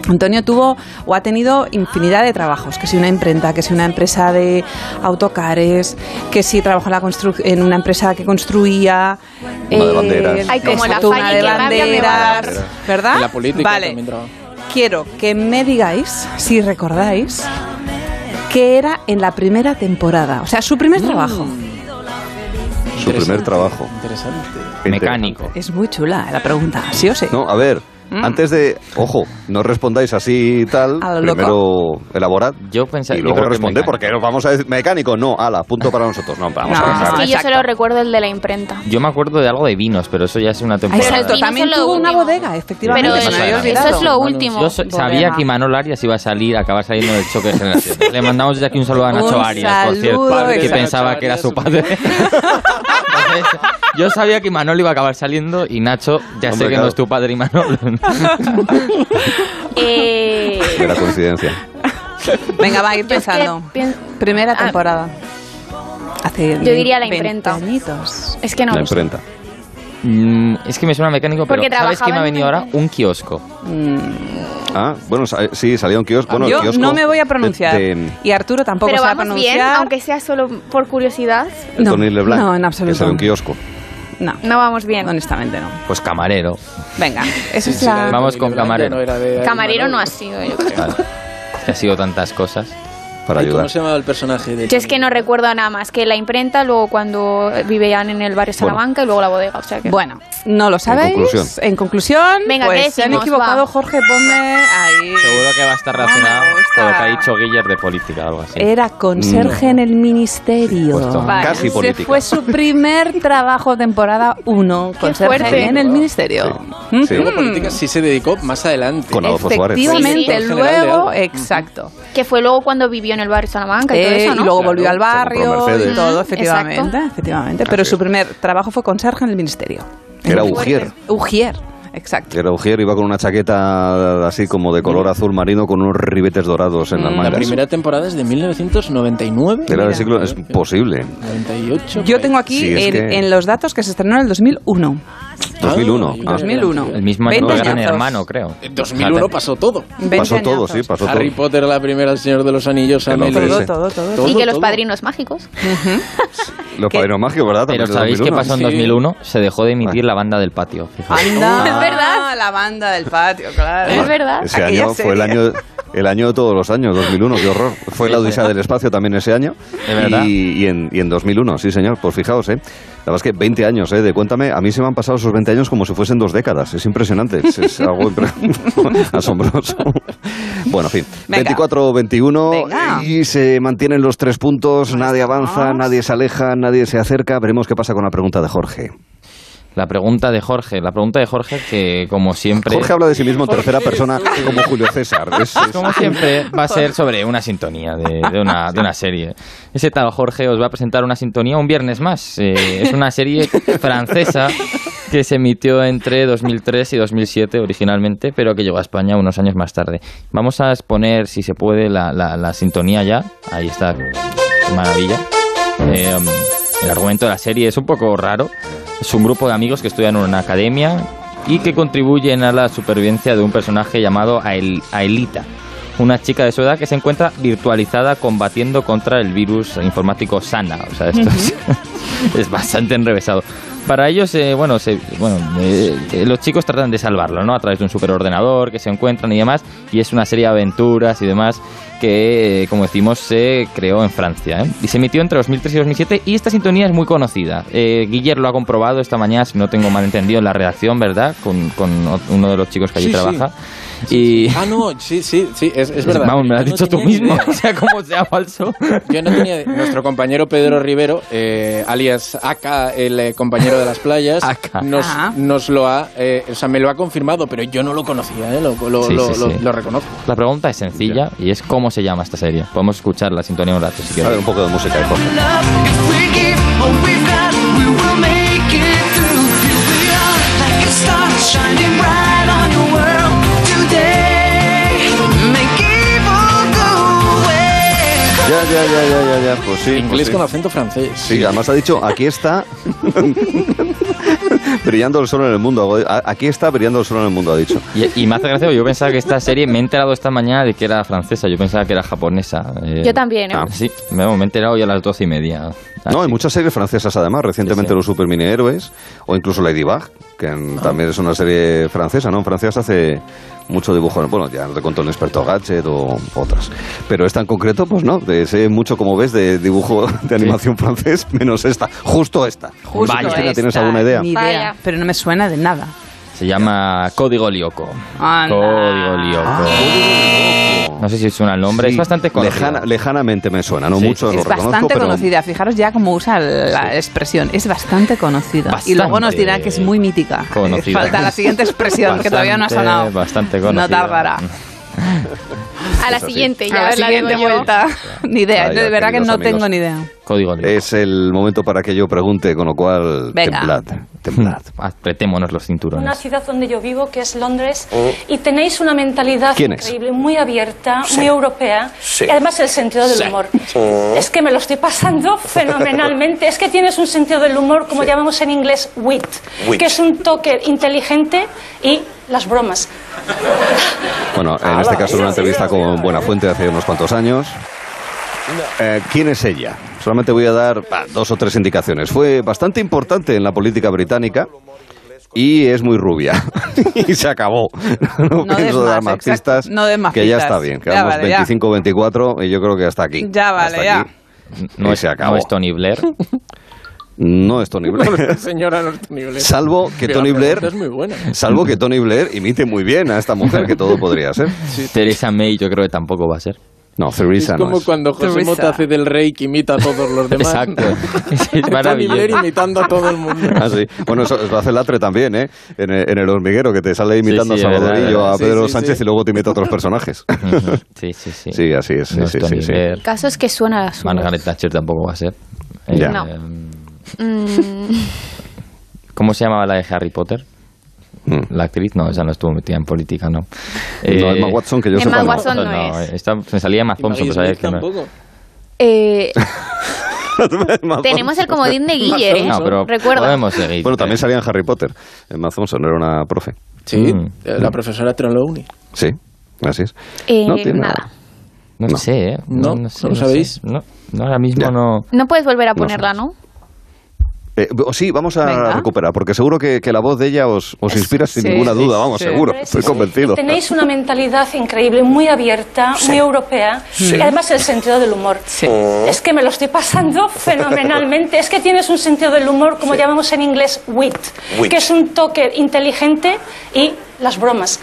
Speaker 3: Antonio tuvo o ha tenido infinidad de trabajos, que si una imprenta, que si una empresa de autocares, que si trabajó en, la construc- en una empresa que construía... eh,
Speaker 2: Una de banderas.
Speaker 5: Ay, como la
Speaker 3: exacto, una
Speaker 5: Fanny,
Speaker 3: de
Speaker 5: qué rabia me va a dar.
Speaker 3: banderas, ¿verdad?
Speaker 4: En la política
Speaker 3: vale.
Speaker 4: también trabajó.
Speaker 3: Quiero que me digáis, si recordáis, que era en la primera temporada, o sea, su primer
Speaker 4: Mm.
Speaker 3: trabajo.
Speaker 2: Su primer trabajo.
Speaker 4: Interesante.
Speaker 6: Mecánico.
Speaker 3: Es muy chula ¿eh? la pregunta, sí o sí. Mm.
Speaker 2: No, a ver, antes de. Ojo, no respondáis así y tal.
Speaker 3: A lo
Speaker 2: Primero elaborad.
Speaker 6: Yo pensaba-
Speaker 2: Y
Speaker 6: yo
Speaker 2: luego
Speaker 6: creo que
Speaker 2: responded
Speaker 6: mecánico.
Speaker 2: porque nos vamos a decir mecánico. No, ala, punto para nosotros. No, vamos
Speaker 3: No,
Speaker 2: a dejar.
Speaker 5: Es que yo
Speaker 3: exacto.
Speaker 5: solo recuerdo el de la imprenta.
Speaker 6: Yo me acuerdo de algo de vinos, pero eso ya es una temporada.
Speaker 3: Exacto,
Speaker 5: Pero
Speaker 3: también
Speaker 5: eso es lo
Speaker 3: tuvo una
Speaker 5: último.
Speaker 3: bodega, efectivamente.
Speaker 5: Pero
Speaker 6: Vale,
Speaker 3: se me había
Speaker 6: eso-
Speaker 3: olvidado.
Speaker 5: eso es lo
Speaker 4: Bueno,
Speaker 5: último.
Speaker 6: Yo so- sabía
Speaker 3: Bodega.
Speaker 6: que Imanol Arias iba a salir, a acabar saliendo del choque de generaciones. Le mandamos desde aquí un saludo a Nacho
Speaker 3: Un
Speaker 6: Arias, por cierto,
Speaker 3: saludo,
Speaker 4: Padre
Speaker 6: que
Speaker 4: de Nacho
Speaker 6: pensaba que era su
Speaker 4: Arias,
Speaker 6: padre. Entonces, Yo sabía que Imanol iba a acabar saliendo y Nacho, ya sé
Speaker 2: Hombre,
Speaker 6: que
Speaker 2: claro.
Speaker 6: no es tu padre Imanol.
Speaker 5: Eh,
Speaker 2: Era coincidencia.
Speaker 3: Venga, va a ir
Speaker 11: Yo es que
Speaker 3: pensando.
Speaker 11: pien-
Speaker 3: Primera
Speaker 11: Ah.
Speaker 3: temporada. Hace
Speaker 11: Yo diría la
Speaker 3: 20
Speaker 11: imprenta.
Speaker 3: añitos.
Speaker 11: Es que no.
Speaker 2: La
Speaker 11: lo sé.
Speaker 2: imprenta.
Speaker 6: Mm, es que me suena mecánico, pero
Speaker 11: Porque
Speaker 6: ¿sabes qué me ha
Speaker 11: trabajaba en
Speaker 6: venido
Speaker 11: una
Speaker 6: ahora? Un kiosco.
Speaker 11: Mm.
Speaker 2: Ah, bueno, sa- sí, salía un kiosco. Bueno,
Speaker 3: Yo
Speaker 2: kiosco
Speaker 3: no me voy a
Speaker 2: de-
Speaker 3: pronunciar.
Speaker 2: de-
Speaker 3: Y Arturo tampoco
Speaker 11: Pero
Speaker 3: sabe
Speaker 11: vamos
Speaker 3: pronunciar.
Speaker 11: bien, aunque sea solo por curiosidad,
Speaker 2: de
Speaker 3: No,
Speaker 2: Tony LeBlanc,
Speaker 3: no, en
Speaker 2: Que
Speaker 3: absoluto.
Speaker 2: sale un kiosco.
Speaker 3: No,
Speaker 11: no vamos bien.
Speaker 3: honestamente no.
Speaker 6: Pues camarero.
Speaker 3: Venga, eso es
Speaker 4: Sí, la de
Speaker 3: la...
Speaker 6: Vamos con
Speaker 4: Camila
Speaker 6: camarero.
Speaker 4: Blanco, era de
Speaker 11: Camarero
Speaker 4: Ariel
Speaker 11: no ha
Speaker 4: Manolo.
Speaker 11: sido, yo creo.
Speaker 6: Vale. Que ha sido tantas cosas.
Speaker 2: Para
Speaker 4: Ay,
Speaker 2: ayudar.
Speaker 4: ¿Cómo se llamaba el personaje? De
Speaker 11: Yo es que no recuerdo nada más que la imprenta, luego cuando vivían en el barrio Salamanca y luego la bodega. O sea que.
Speaker 3: Bueno, no lo sabéis.
Speaker 2: conclusión.
Speaker 3: En conclusión,
Speaker 11: Venga,
Speaker 3: pues
Speaker 11: ¿qué
Speaker 3: se han
Speaker 11: decimos?
Speaker 3: equivocado,
Speaker 11: Va.
Speaker 3: Jorge, ponme ahí.
Speaker 6: Seguro que va a estar relacionado
Speaker 3: No Ah, me gusta.
Speaker 6: con lo que ha dicho Guiller de política o algo así. Mm.
Speaker 3: Era conserje en el ministerio.
Speaker 6: Pues toma.
Speaker 11: Vale.
Speaker 2: Casi
Speaker 3: Ese
Speaker 2: política.
Speaker 3: fue su primer trabajo temporada 1,
Speaker 11: fuerte.
Speaker 3: conserje en el ministerio.
Speaker 2: Sí,
Speaker 3: ¿Mm?
Speaker 2: sí.
Speaker 4: Luego política sí se dedicó más adelante.
Speaker 2: Con Adolfo Suárez.
Speaker 3: Efectivamente,
Speaker 4: Sí, sí. General de
Speaker 3: luego, eh,
Speaker 4: Alba.
Speaker 3: exacto.
Speaker 11: Que fue luego cuando vivió en el barrio Salamanca y todo
Speaker 3: Eh,
Speaker 11: eso,
Speaker 3: y
Speaker 11: ¿no?
Speaker 3: luego
Speaker 2: Claro,
Speaker 3: volvió al
Speaker 2: se compró
Speaker 3: barrio y
Speaker 2: Mercedes.
Speaker 3: todo,
Speaker 11: Ujú,
Speaker 3: efectivamente,
Speaker 11: exacto.
Speaker 3: efectivamente. Pero
Speaker 2: Así
Speaker 3: su
Speaker 2: es.
Speaker 3: primer trabajo fue conserje en el ministerio.
Speaker 2: Era
Speaker 11: Muy
Speaker 2: Ujier.
Speaker 11: fuerte.
Speaker 3: Ujier, exacto.
Speaker 2: Era Ujier, iba con una chaqueta así como de
Speaker 3: Mm.
Speaker 2: color azul marino con unos ribetes dorados en las
Speaker 4: La
Speaker 2: mangas.
Speaker 4: primera temporada es de 1999.
Speaker 2: Era del siglo... Es posible.
Speaker 6: Ah,
Speaker 4: 98.
Speaker 3: Yo tengo aquí
Speaker 2: Sí, es
Speaker 3: en,
Speaker 2: que-
Speaker 3: en los datos que se estrenó en el
Speaker 4: Ah,
Speaker 2: 2001.
Speaker 4: yo
Speaker 2: Ah,
Speaker 4: también.
Speaker 3: 2001.
Speaker 6: El mismo año
Speaker 3: 20
Speaker 6: que Gran
Speaker 3: añazos.
Speaker 6: Hermano, creo.
Speaker 4: En 2001 pasó todo.
Speaker 3: 20
Speaker 2: Pasó todo,
Speaker 3: añazos.
Speaker 2: sí, pasó todo.
Speaker 4: Harry Potter, la primera, El Señor de los Anillos,
Speaker 2: El
Speaker 4: Amelie.
Speaker 2: hombre
Speaker 3: Todo,
Speaker 2: ese.
Speaker 3: todo, todo.
Speaker 4: Todo,
Speaker 11: y que los
Speaker 4: todo.
Speaker 11: padrinos mágicos.
Speaker 2: Los padrinos mágicos, ¿verdad?
Speaker 6: Pero
Speaker 2: También de
Speaker 6: ¿sabéis qué
Speaker 2: 2001.
Speaker 6: pasó en
Speaker 4: Sí.
Speaker 6: 2001? Se dejó de
Speaker 2: Ah.
Speaker 6: emitir la banda del patio. fijaos.
Speaker 3: Anda,
Speaker 11: Es verdad.
Speaker 3: Ah, La banda del patio, claro.
Speaker 11: Es verdad.
Speaker 2: Ese
Speaker 3: Aquella
Speaker 2: año fue el
Speaker 3: serie.
Speaker 2: año, el año de todos los años, 2001, qué horror. Fue la Odisea del Espacio también ese año.
Speaker 6: De verdad.
Speaker 2: Y, y en, y en 2001, sí señor, pues fijaos, ¿eh? La verdad es que 20 años, ¿eh? De cuéntame, a mí se me han pasado esos 20 años como si fuesen dos décadas. Es impresionante, es, es algo impre- asombroso. bueno, en fin,
Speaker 3: Venga.
Speaker 2: 24-21
Speaker 3: Venga.
Speaker 2: y se mantienen los tres puntos, nadie avanza,
Speaker 3: estamos.
Speaker 2: nadie se aleja, nadie se acerca. Veremos qué pasa con la pregunta de Jorge.
Speaker 6: La pregunta de Jorge. La pregunta de Jorge que, como siempre...
Speaker 2: Jorge habla de sí mismo en tercera persona como Julio César. Es- es-
Speaker 6: Como siempre, va a ser sobre una sintonía de, de una, de una serie. Ese tal Jorge os va a presentar una sintonía un viernes más. Eh, es una serie francesa que se emitió entre 2003 y 2007 originalmente, pero que llegó a España unos años más tarde. Vamos a exponer, si se puede, la, la- la sintonía ya. Ahí está. Qué maravilla. Eh, el argumento de la serie es un poco raro. Es un grupo de amigos que estudian en una academia y que contribuyen a la supervivencia de un personaje llamado Ael- Aelita, una chica de su edad que se encuentra virtualizada combatiendo contra el virus informático Sana. O sea, esto es, es bastante enrevesado. Para ellos, eh, bueno, se- bueno eh, eh, los chicos tratan de salvarlo, ¿no? A través de un superordenador que se encuentran y demás. Y es una serie de aventuras y demás que, eh, como decimos, se creó en Francia. ¿eh? Y se emitió entre 2003 y 2007. Y esta sintonía es muy conocida. Eh, Guiller lo ha comprobado esta mañana, si no tengo mal entendido, en la redacción, ¿verdad? Con, con o- uno de los chicos que allí
Speaker 4: Sí, sí.
Speaker 6: trabaja. Y...
Speaker 4: Ah, no, sí, sí, sí, es, es verdad.
Speaker 6: Vamos, me lo has
Speaker 4: Yo no
Speaker 6: dicho tú
Speaker 4: tenía ni
Speaker 6: mismo,
Speaker 4: idea.
Speaker 6: o sea, como sea falso.
Speaker 4: Yo no tenía. Nuestro compañero Pedro Rivero, eh, alias Aka, el eh, compañero de las playas,
Speaker 6: Aka.
Speaker 4: Nos,
Speaker 3: Ah.
Speaker 4: nos lo ha. eh, o sea, me lo ha confirmado, pero yo no lo conocía, ¿eh? Lo, lo-
Speaker 6: Sí,
Speaker 4: lo-
Speaker 6: sí,
Speaker 4: lo-
Speaker 6: sí.
Speaker 4: lo reconozco.
Speaker 6: La pregunta es sencilla y es cómo se llama esta serie. Podemos escuchar la sintonía un rato si
Speaker 2: A ver,
Speaker 6: quieres.
Speaker 2: un poco de música de Jorge. Ya, ya, ya, ya, ya, ya. Pues sí. pues
Speaker 4: Inglés
Speaker 2: sí.
Speaker 4: con acento francés.
Speaker 2: Sí, además ha dicho, aquí está brillando el sol en el mundo. A- Aquí está brillando el sol en el mundo, ha dicho.
Speaker 6: Y, y me hace gracia, porque yo pensaba que esta serie me he enterado esta mañana de que era francesa, yo pensaba que era japonesa. eh.
Speaker 11: Yo también, ¿eh?
Speaker 2: Ah.
Speaker 6: Sí, me, me he enterado hoy a las doce y media.
Speaker 2: No,
Speaker 6: Así.
Speaker 2: hay muchas series francesas además, recientemente
Speaker 6: Sí, sí.
Speaker 2: los Super Mini Héroes o incluso Ladybug, que en-
Speaker 3: Ah.
Speaker 2: también es una serie francesa, ¿no? En Francia se hace mucho dibujo, bueno, ya te contó el experto Gadget o otras. Pero esta en concreto, pues no, de- sé mucho, como ves, de dibujo de animación francés, menos esta, justo esta.
Speaker 3: Justo
Speaker 2: Cristina,
Speaker 3: esta,
Speaker 2: ¿tienes alguna idea?
Speaker 3: Ni idea,
Speaker 11: Vaya.
Speaker 3: pero no me suena de nada. Ah,
Speaker 6: Se llama Código Lyoko.
Speaker 3: Anda.
Speaker 6: Código Lyoko. No sé si suena el nombre,
Speaker 2: Ah. Sí,
Speaker 6: es bastante conocida.
Speaker 2: lejana- lejanamente me suena, no
Speaker 6: Sí,
Speaker 2: mucho,
Speaker 6: sí,
Speaker 2: lo
Speaker 3: es
Speaker 2: reconozco,
Speaker 3: bastante
Speaker 2: pero-
Speaker 3: conocida. Fijaros ya cómo usa la expresión. Es bastante conocida. Y luego nos
Speaker 6: Bastante
Speaker 3: dirá que es muy mítica.
Speaker 6: conocida.
Speaker 3: Falta la siguiente expresión que todavía no ha
Speaker 6: Bastante-
Speaker 3: sonado.
Speaker 6: Bastante
Speaker 3: No
Speaker 6: conocida.
Speaker 3: tardará.
Speaker 5: A la
Speaker 2: Es así.
Speaker 5: siguiente,
Speaker 3: A
Speaker 5: ya
Speaker 3: la
Speaker 5: os la
Speaker 3: siguiente
Speaker 5: digo yo.
Speaker 3: vuelta. ni idea,
Speaker 2: Vaya,
Speaker 3: de verdad que
Speaker 2: queridos
Speaker 3: no
Speaker 2: amigos.
Speaker 3: tengo ni idea.
Speaker 6: Código libre.
Speaker 2: Es el momento para que yo pregunte, con lo cual,
Speaker 3: Venga.
Speaker 2: temblad, temblad.
Speaker 6: Apretémonos los cinturones.
Speaker 12: Una ciudad donde yo vivo, que es Londres, y tenéis una mentalidad
Speaker 2: Mm. ¿Quién es?
Speaker 12: increíble, muy abierta, muy europea, y además el sentido del humor.
Speaker 2: Mm.
Speaker 12: Es que me lo estoy pasando fenomenalmente. Es que tienes un sentido del humor, como llamamos en inglés, wit, que es un toque inteligente y las bromas.
Speaker 2: Bueno, en este caso, en una entrevista con Buenafuente hace unos cuantos años. Eh, ¿Quién es ella? Solamente voy a dar ah, dos o tres indicaciones. Fue bastante importante en la política británica y es muy rubia. y se acabó. No,
Speaker 3: No des
Speaker 2: pienso dar
Speaker 3: más,
Speaker 2: más
Speaker 3: exacto.
Speaker 2: pistas.
Speaker 3: No des más
Speaker 2: que ya
Speaker 3: pistas.
Speaker 2: está bien.
Speaker 3: Ya
Speaker 2: Quedamos
Speaker 3: vale, ya.
Speaker 2: 25, 24 y yo creo que hasta aquí.
Speaker 3: Ya vale,
Speaker 2: Hasta
Speaker 3: ya.
Speaker 2: aquí.
Speaker 6: no,
Speaker 2: Y
Speaker 6: es,
Speaker 2: se acabó.
Speaker 6: no es Tony Blair.
Speaker 2: No es Tony Blair.
Speaker 4: Señora no es Tony Blair.
Speaker 2: Salvo que
Speaker 4: Pero la
Speaker 2: Tony Blair-
Speaker 4: pregunta Es muy buena.
Speaker 2: Salvo que Tony Blair imite muy bien a esta mujer, que todo podría ser.
Speaker 6: Teresa May yo creo que tampoco va a ser.
Speaker 2: No, Theresa
Speaker 4: es
Speaker 2: no
Speaker 4: como
Speaker 2: es.
Speaker 4: cuando José
Speaker 3: Teresa.
Speaker 4: Mota hace del rey que imita a todos los demás.
Speaker 6: Exacto.
Speaker 4: Tony
Speaker 6: es
Speaker 4: Blair
Speaker 6: maravilloso.
Speaker 4: imitando a todo el mundo.
Speaker 2: Ah, sí. Bueno, eso lo hace Latre también, ¿eh? En el, en el hormiguero, que te sale imitando
Speaker 6: sí,
Speaker 2: a
Speaker 6: es
Speaker 2: Salvadorillo,
Speaker 6: verdad,
Speaker 2: a
Speaker 4: sí,
Speaker 2: Pedro
Speaker 4: sí,
Speaker 2: Sánchez
Speaker 4: sí.
Speaker 2: y luego te imita a otros personajes.
Speaker 6: Ujú. Sí, sí, sí.
Speaker 2: Sí, así es, sí,
Speaker 6: No es
Speaker 2: sí,
Speaker 6: Tony
Speaker 2: sí, sí.
Speaker 6: Blair.
Speaker 5: El caso es que suena a su
Speaker 6: Margaret Thatcher tampoco va a ser.
Speaker 2: Ya.
Speaker 5: No.
Speaker 6: em,
Speaker 5: Mm,
Speaker 6: ¿Cómo se llamaba la de Harry Potter?
Speaker 2: Mm.
Speaker 6: La actriz, no, esa no estuvo metida en política, no. Eh,
Speaker 2: No, Emma Watson, que yo
Speaker 5: Emma
Speaker 2: sepa, no.
Speaker 5: Watson. no es.
Speaker 6: Esta, me salía más
Speaker 4: Y
Speaker 6: Thompson,
Speaker 4: Maggie
Speaker 6: pero sabía
Speaker 4: Smith
Speaker 6: pues que no.
Speaker 4: tampoco.
Speaker 5: eh,
Speaker 2: Emma
Speaker 5: tenemos el
Speaker 2: Watson.
Speaker 5: comodín de Guille, ¿eh?
Speaker 6: No, pero
Speaker 5: Recuerda.
Speaker 6: podemos seguir.
Speaker 2: Bueno, también salía en Harry Potter. Emma Thompson era una profe.
Speaker 4: Sí,
Speaker 6: Mm.
Speaker 4: eh, la profesora Trelawney.
Speaker 2: Sí, así es.
Speaker 5: Eh,
Speaker 2: No tiene
Speaker 5: nada.
Speaker 2: nada.
Speaker 6: No,
Speaker 2: No.
Speaker 6: sé, ¿eh?
Speaker 4: No,
Speaker 6: sé,
Speaker 4: ¿no lo sabéis?
Speaker 6: sé. No, no, ahora mismo
Speaker 2: Ya.
Speaker 6: no.
Speaker 5: No puedes volver a
Speaker 2: No
Speaker 5: ponerla, ¿no?
Speaker 2: Eh, o sí, vamos a
Speaker 3: Venga.
Speaker 2: recuperar, porque seguro que, que la voz de ella os, os inspira sin
Speaker 3: sí,
Speaker 2: ninguna duda, vamos,
Speaker 3: sí.
Speaker 2: seguro.
Speaker 12: Pero es
Speaker 2: Estoy
Speaker 12: eso,
Speaker 2: convencido.
Speaker 12: que Tenéis una mentalidad increíble, muy abierta, muy europea, y además el sentido del humor. Es que me lo estoy pasando fenomenalmente. Es que tienes un sentido del humor, como llamamos en inglés, wit, que es un toque inteligente y las bromas.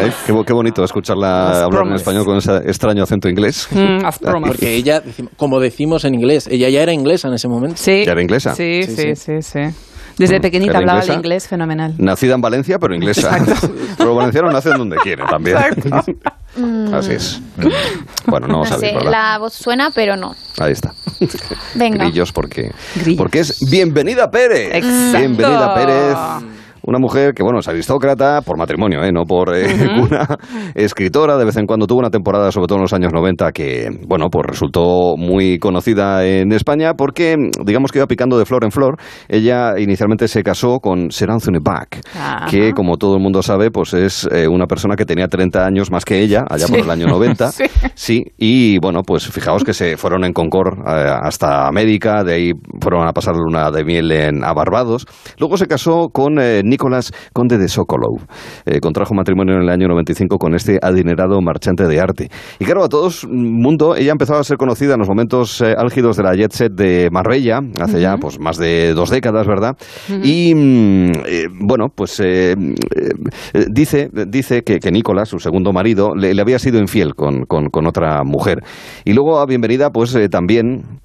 Speaker 2: ¿Eh? Qué, bo- qué bonito escucharla
Speaker 3: Las
Speaker 2: hablar en
Speaker 3: bromas.
Speaker 2: español con ese extraño acento inglés.
Speaker 3: Mm, haz bromas.
Speaker 4: Porque ella, decim- como decimos en inglés, ella ya era inglesa en ese momento.
Speaker 3: Sí.
Speaker 2: ¿Ya era inglesa? ¿Mm?
Speaker 3: Sí,
Speaker 4: Sí,
Speaker 3: sí, sí, sí. Desde pequeñita
Speaker 2: ¿Era
Speaker 3: hablaba
Speaker 2: inglesa?
Speaker 3: el inglés fenomenal.
Speaker 2: Nacida en Valencia, pero inglesa. Pero valenciano nace donde quiere también. Así es.
Speaker 3: Mm.
Speaker 2: Bueno,
Speaker 5: Mm,
Speaker 2: no,
Speaker 5: No
Speaker 2: lo sabéis,
Speaker 5: sé,
Speaker 2: ¿verdad?
Speaker 5: la voz suena, pero no.
Speaker 2: Ahí está.
Speaker 5: Venga.
Speaker 2: Grillos porque,
Speaker 3: Grillos.
Speaker 2: porque es Bienvenida Pérez.
Speaker 3: Exacto.
Speaker 2: Bienvenida Pérez. Una mujer que, bueno, es aristócrata por matrimonio, ¿eh? no por eh, cuna. Escritora, de vez en cuando tuvo una temporada, sobre todo en los años 90, que, bueno, pues resultó muy conocida en España porque, digamos que iba picando de flor en flor. Ella inicialmente se casó con Sir Anthony Bach,
Speaker 3: Ajá.
Speaker 2: que, como todo el mundo sabe, pues es eh, una persona que tenía 30 años más que ella, allá por el año 90.
Speaker 3: Sí.
Speaker 2: Sí, y bueno, pues fijaos que se fueron en Concord eh, hasta América, de ahí fueron a pasar luna de miel en, a Barbados. Luego se casó con eh, Nicolás Conde de Sokolov. Eh, contrajo matrimonio en el año 95 con este adinerado marchante de arte. Y claro, a todo el mundo, ella empezó a ser conocida en los momentos eh, álgidos de la jet set de Marbella, hace ya pues más de dos décadas, ¿verdad? Y mm, eh, bueno, pues eh, eh, eh, dice, dice que, que Nicolás, su segundo marido, le, le había sido infiel con, con- con otra mujer. Y luego a Bienvenida, pues eh, también.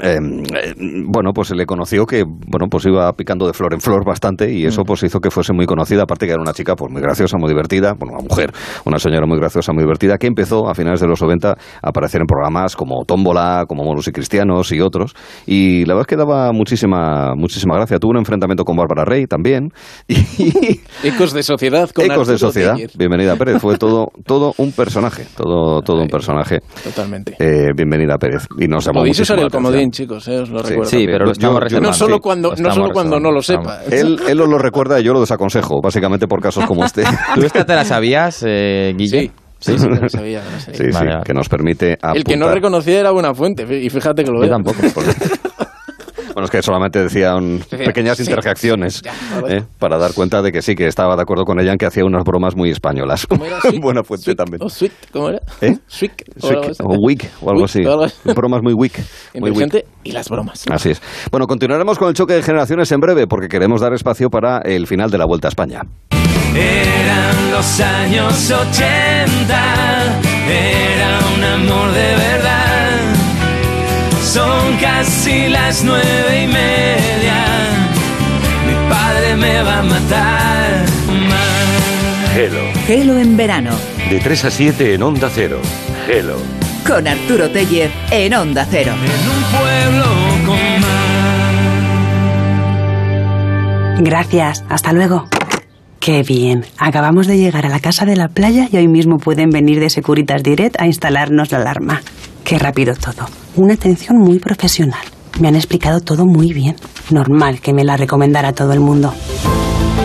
Speaker 2: eh, eh, bueno, pues se le conoció que bueno, pues iba picando de flor en flor bastante y eso pues hizo que fuese muy conocida, aparte que era una chica pues muy graciosa, muy divertida, bueno, una mujer, una señora muy graciosa, muy divertida, que empezó a finales de los 90 a aparecer en programas como Tómbola, como Monos y Cristianos y otros, y la verdad es que daba muchísima, muchísima gracia. Tuvo un enfrentamiento con Bárbara Rey también, y,
Speaker 4: Ecos de sociedad con
Speaker 2: Ecos
Speaker 4: Arturo
Speaker 2: de Sociedad.
Speaker 4: Tellez.
Speaker 2: Bienvenida Pérez. Fue todo, todo un personaje. Todo, todo un personaje.
Speaker 4: Totalmente.
Speaker 2: Eh, bienvenida Pérez. Y nos llamó
Speaker 4: Podéis usar
Speaker 2: muchísimo
Speaker 4: el
Speaker 2: la
Speaker 4: comodín,
Speaker 2: atención.
Speaker 4: chicos, eh, os lo
Speaker 2: Sí,
Speaker 4: recuerdo.
Speaker 6: Sí, pero
Speaker 2: Yo-
Speaker 6: lo estamos
Speaker 2: yo-
Speaker 6: reservando.
Speaker 2: no solo
Speaker 4: cuando- no
Speaker 6: estamos
Speaker 4: solo cuando no lo
Speaker 6: reservando.
Speaker 4: sepa.
Speaker 2: Él, él os lo recuerda y yo lo desaconsejo, básicamente por casos como este.
Speaker 6: ¿Tú esta te la sabías, eh, Guille?
Speaker 4: Sí, sí, sí, me lo sabía, me lo sabía.
Speaker 2: Sí, sí,
Speaker 6: Vale, vale.
Speaker 2: que nos permite apuntar.
Speaker 4: El que no reconocía era buena fuente, y fíjate que lo
Speaker 6: Yo
Speaker 4: era.
Speaker 6: tampoco.
Speaker 2: Bueno, es que solamente decían pequeñas
Speaker 4: sí,
Speaker 2: interjecciones
Speaker 4: sí, ya, vale.
Speaker 2: ¿eh? para dar cuenta de que sí, que estaba de acuerdo con ella en que hacía unas bromas muy españolas.
Speaker 4: ¿Cómo era? Oh, Sweet,
Speaker 2: Buena fuente
Speaker 4: sweet,
Speaker 2: también.
Speaker 4: O sweet, ¿cómo era?
Speaker 2: ¿Eh?
Speaker 4: Sweet, o
Speaker 2: Sweet,
Speaker 4: algo así.
Speaker 2: o weak o algo
Speaker 4: Weak,
Speaker 2: así.
Speaker 4: o algo así.
Speaker 2: Bromas muy weak. Muy weak.
Speaker 4: Emergente y las bromas.
Speaker 2: Así es. Bueno, continuaremos con el choque de generaciones en breve porque queremos dar espacio para el final de la Vuelta a España.
Speaker 7: Eran los años 80, era un amor de verdad. Son casi las nueve y media, mi padre me va a matar. Ma.
Speaker 13: Hello.
Speaker 8: Gelo en verano,
Speaker 13: De 3 a 7 en Onda Cero. Hello.
Speaker 8: con Arturo Tellez en Onda Cero.
Speaker 14: Gracias, hasta luego. Qué bien, acabamos de llegar a la casa de la playa y hoy mismo pueden venir de Securitas Direct a instalarnos la alarma. Qué rápido todo. Una atención muy profesional. Me han explicado todo muy bien. Normal que me la recomendara todo el mundo.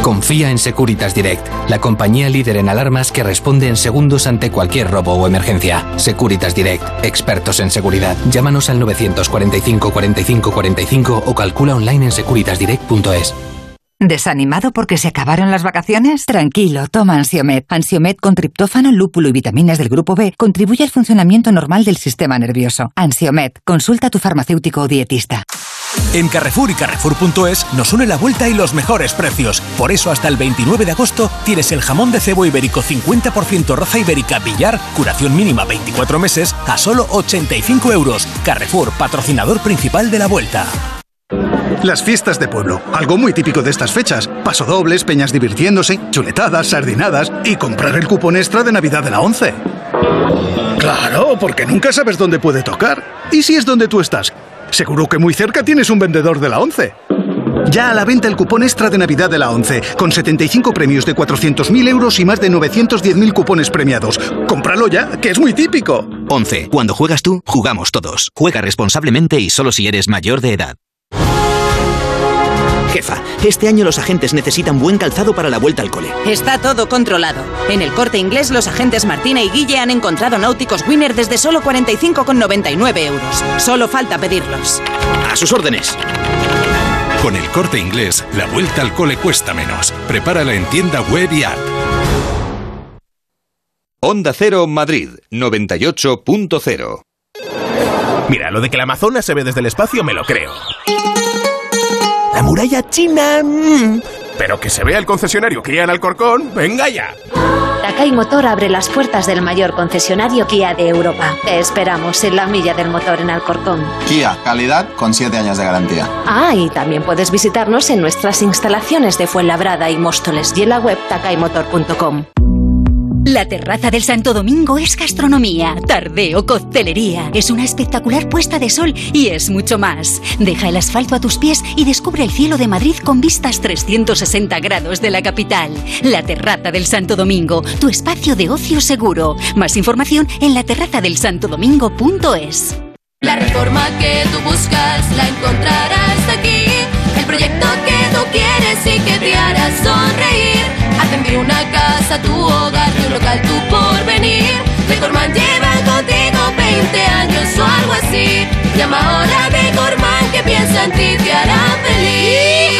Speaker 15: Confía en Securitas Direct, la compañía líder en alarmas que responde en segundos ante cualquier robo o emergencia. Securitas Direct, expertos en seguridad. Llámanos al 945 45 45 o calcula online en securitasdirect.es.
Speaker 16: ¿Desanimado porque se acabaron las vacaciones? Tranquilo, toma Ansiomet. Ansiomet con triptófano, lúpulo y vitaminas del grupo B contribuye al funcionamiento normal del sistema nervioso. Ansiomed, consulta a tu farmacéutico o dietista.
Speaker 17: En Carrefour y Carrefour.es nos une la vuelta y los mejores precios. Por eso hasta el 29 de agosto tienes el jamón de cebo ibérico 50% raza ibérica billar, curación mínima 24 meses, a solo 85 euros. Carrefour, patrocinador principal de la vuelta.
Speaker 18: Las fiestas de pueblo, algo muy típico de estas fechas. Pasodobles, peñas divirtiéndose, chuletadas, sardinadas y comprar el cupón extra de Navidad de la 11. Claro, porque nunca sabes dónde puede tocar. ¿Y si es donde tú estás? Seguro que muy cerca tienes un vendedor de la 11. Ya a la venta el cupón extra de Navidad de la 11, con 75 premios de 400.000 euros y más de 910.000 cupones premiados. Cómpralo ya, que es muy típico.
Speaker 19: 11. Cuando juegas tú, jugamos todos. Juega responsablemente y solo si eres mayor de edad. Jefa, este año los agentes necesitan buen calzado para la vuelta al cole.
Speaker 20: Está todo controlado. En el corte inglés, los agentes Martina y Guille han encontrado náuticos Winner desde solo 45,99 euros. Solo falta pedirlos.
Speaker 19: A sus órdenes.
Speaker 21: Con el corte inglés, la vuelta al cole cuesta menos. Prepárala en tienda web y app.
Speaker 13: Onda Cero Madrid 98.0.
Speaker 22: Mira, lo de que la Amazonas se ve desde el espacio me lo creo. La muralla china. mm. Pero que se vea el concesionario Kia en Alcorcón, venga ya.
Speaker 23: Takai Motor abre las puertas del mayor concesionario Kia de Europa. Te esperamos en la milla del motor en Alcorcón.
Speaker 24: Kia, calidad con 7 años de garantía.
Speaker 23: Ah, y también puedes visitarnos en nuestras instalaciones de Fuenlabrada y Móstoles y en la web takaimotor.com.
Speaker 25: La terraza del Santo Domingo es gastronomía, tardeo, coctelería, es una espectacular puesta de sol y es mucho más. Deja el asfalto a tus pies y descubre el cielo de Madrid con vistas 360 grados de la capital. La terraza del Santo Domingo, tu espacio de ocio seguro. Más información en laterrazadelsantodomingo.es.
Speaker 7: La reforma que tú buscas la encontrarás aquí. El proyecto que tú quieres y que te hará sonreír. Hacen de una casa tu hogar, tu local, tu porvenir. Decorman lleva contigo 20 años o algo así. Llama ahora a Decorman que piensa en ti te hará feliz.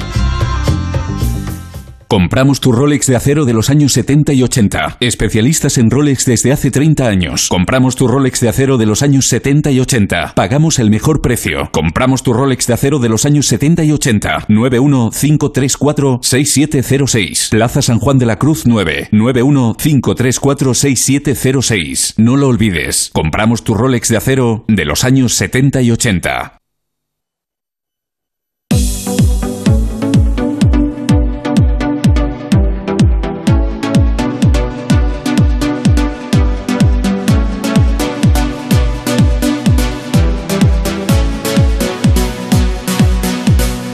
Speaker 26: Compramos tu Rolex de acero de los años 70 y 80. Especialistas en Rolex desde hace 30 años. Compramos tu Rolex de acero de los años 70 y 80. Pagamos el mejor precio. Compramos tu Rolex de acero de los años 70 y 80. 915346706. Plaza San Juan de la Cruz 9. 915346706. No lo olvides. Compramos tu Rolex de acero de los años 70 y 80.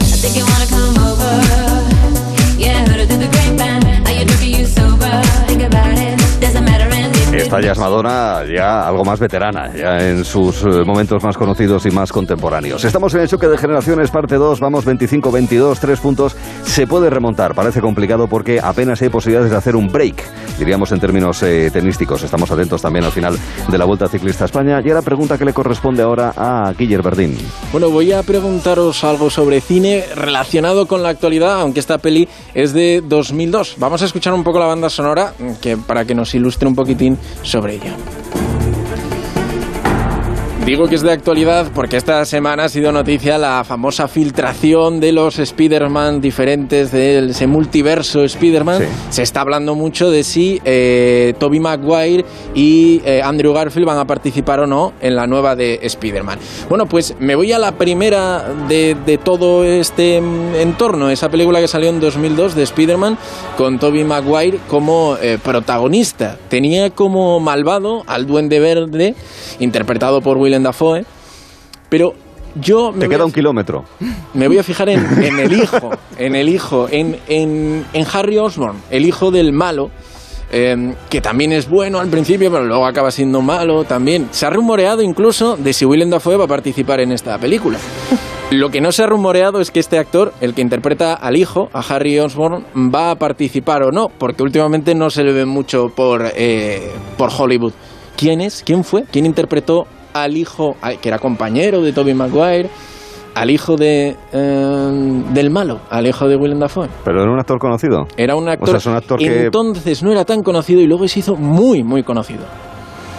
Speaker 7: I think you wanna come over. Yeah, heard it through the grapevine. I interview you sober. Think about it. Doesn't matter and if it
Speaker 2: Esta ya es Madonna, ya algo más veterana, ya en sus eh, momentos más conocidos y más contemporáneos. Estamos en el choque de generaciones, parte 2, vamos 25-22, 3 puntos. Se puede remontar, parece complicado porque apenas hay posibilidades de hacer un break, diríamos en términos eh, tenísticos. Estamos atentos también al final de la Vuelta Ciclista a España. Y a la pregunta que le corresponde ahora a Guiller Verdín.
Speaker 4: Bueno, voy a preguntaros algo sobre cine relacionado con la actualidad, aunque esta peli es de 2002. Vamos a escuchar un poco la banda sonora mm, que, para que nos ilustre un poquitín sobre ella. Digo que es de actualidad porque esta semana ha sido noticia la famosa filtración de los Spider-Man diferentes de ese multiverso Spider-Man. Se está hablando mucho de si eh, Tobey Maguire y eh, Andrew Garfield van a participar o no en la nueva de Spider-Man. Bueno, pues me voy a la primera de, de todo este mm, entorno, esa película que salió en 2002 de Spider-Man con Tobey Maguire como eh, protagonista. Tenía como malvado al Duende Verde, interpretado por Willem Dafoe, pero yo... me
Speaker 2: Te
Speaker 4: voy a
Speaker 2: queda un kilómetro.
Speaker 4: me voy a fijar en, en el hijo, en el hijo, en, en- en Harry Osborn, el hijo del malo, eh, que también es bueno al principio, pero luego acaba siendo malo también. Se ha rumoreado incluso de si Willem Dafoe va a participar en esta película. Lo que no se ha rumoreado es que este actor, el que interpreta al hijo, a Harry Osborn, va a participar o no, porque últimamente no se le ve mucho por, eh, por Hollywood. ¿Quién es? ¿Quién fue? ¿Quién interpretó al hijo, al- que era compañero de Tobey Maguire? al hijo de eh, del malo, al hijo de Willem Dafoe.
Speaker 2: Pero era un actor conocido.
Speaker 4: Era un actor,
Speaker 2: O sea, es un actor que-
Speaker 4: entonces no era tan conocido y luego se hizo muy, muy conocido.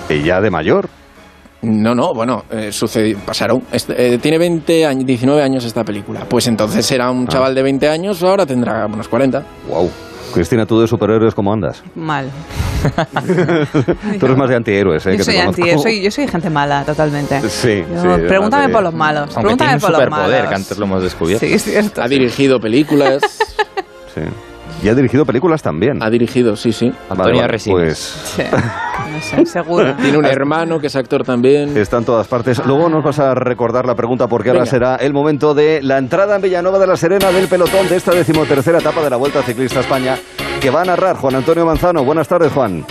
Speaker 2: Y ya de mayor.
Speaker 4: No, no, bueno, eh, sucedió, pasaron. Este, eh, tiene 20 años, 19 años esta película. Pues entonces era
Speaker 2: Ah.
Speaker 4: un chaval de 20 años, ahora tendrá unos 40.
Speaker 2: Wow. Cristina, tú de superhéroes, ¿cómo andas?
Speaker 3: Mal.
Speaker 2: Tú eres más de antihéroes, ¿eh?
Speaker 3: Yo
Speaker 2: que te
Speaker 3: soy, anti,
Speaker 2: conozco.
Speaker 3: yo, soy, yo soy gente mala, totalmente.
Speaker 2: Sí,
Speaker 3: Yo-
Speaker 2: sí, es
Speaker 3: pregúntame
Speaker 2: más de-
Speaker 3: por los malos.
Speaker 6: Aunque
Speaker 3: pregúntame
Speaker 6: tiene un
Speaker 3: por los
Speaker 6: superpoder,
Speaker 3: malos.
Speaker 6: que antes lo hemos descubierto.
Speaker 3: Sí, es cierto.
Speaker 4: Ha dirigido películas.
Speaker 2: Sí. Y ha dirigido películas también. Ha
Speaker 4: dirigido, sí, sí.
Speaker 6: Antonio Resines.
Speaker 2: Pues
Speaker 3: Sí, no sé, seguro.
Speaker 4: Tiene un hermano que es actor también.
Speaker 2: está en todas partes. Luego nos vas a recordar la pregunta porque ahora
Speaker 4: Venga.
Speaker 2: será el momento de la entrada en Villanueva de la Serena del pelotón de esta decimotercera etapa de la Vuelta Ciclista a España que va a narrar Juan Antonio Manzano. Buenas tardes, Juan.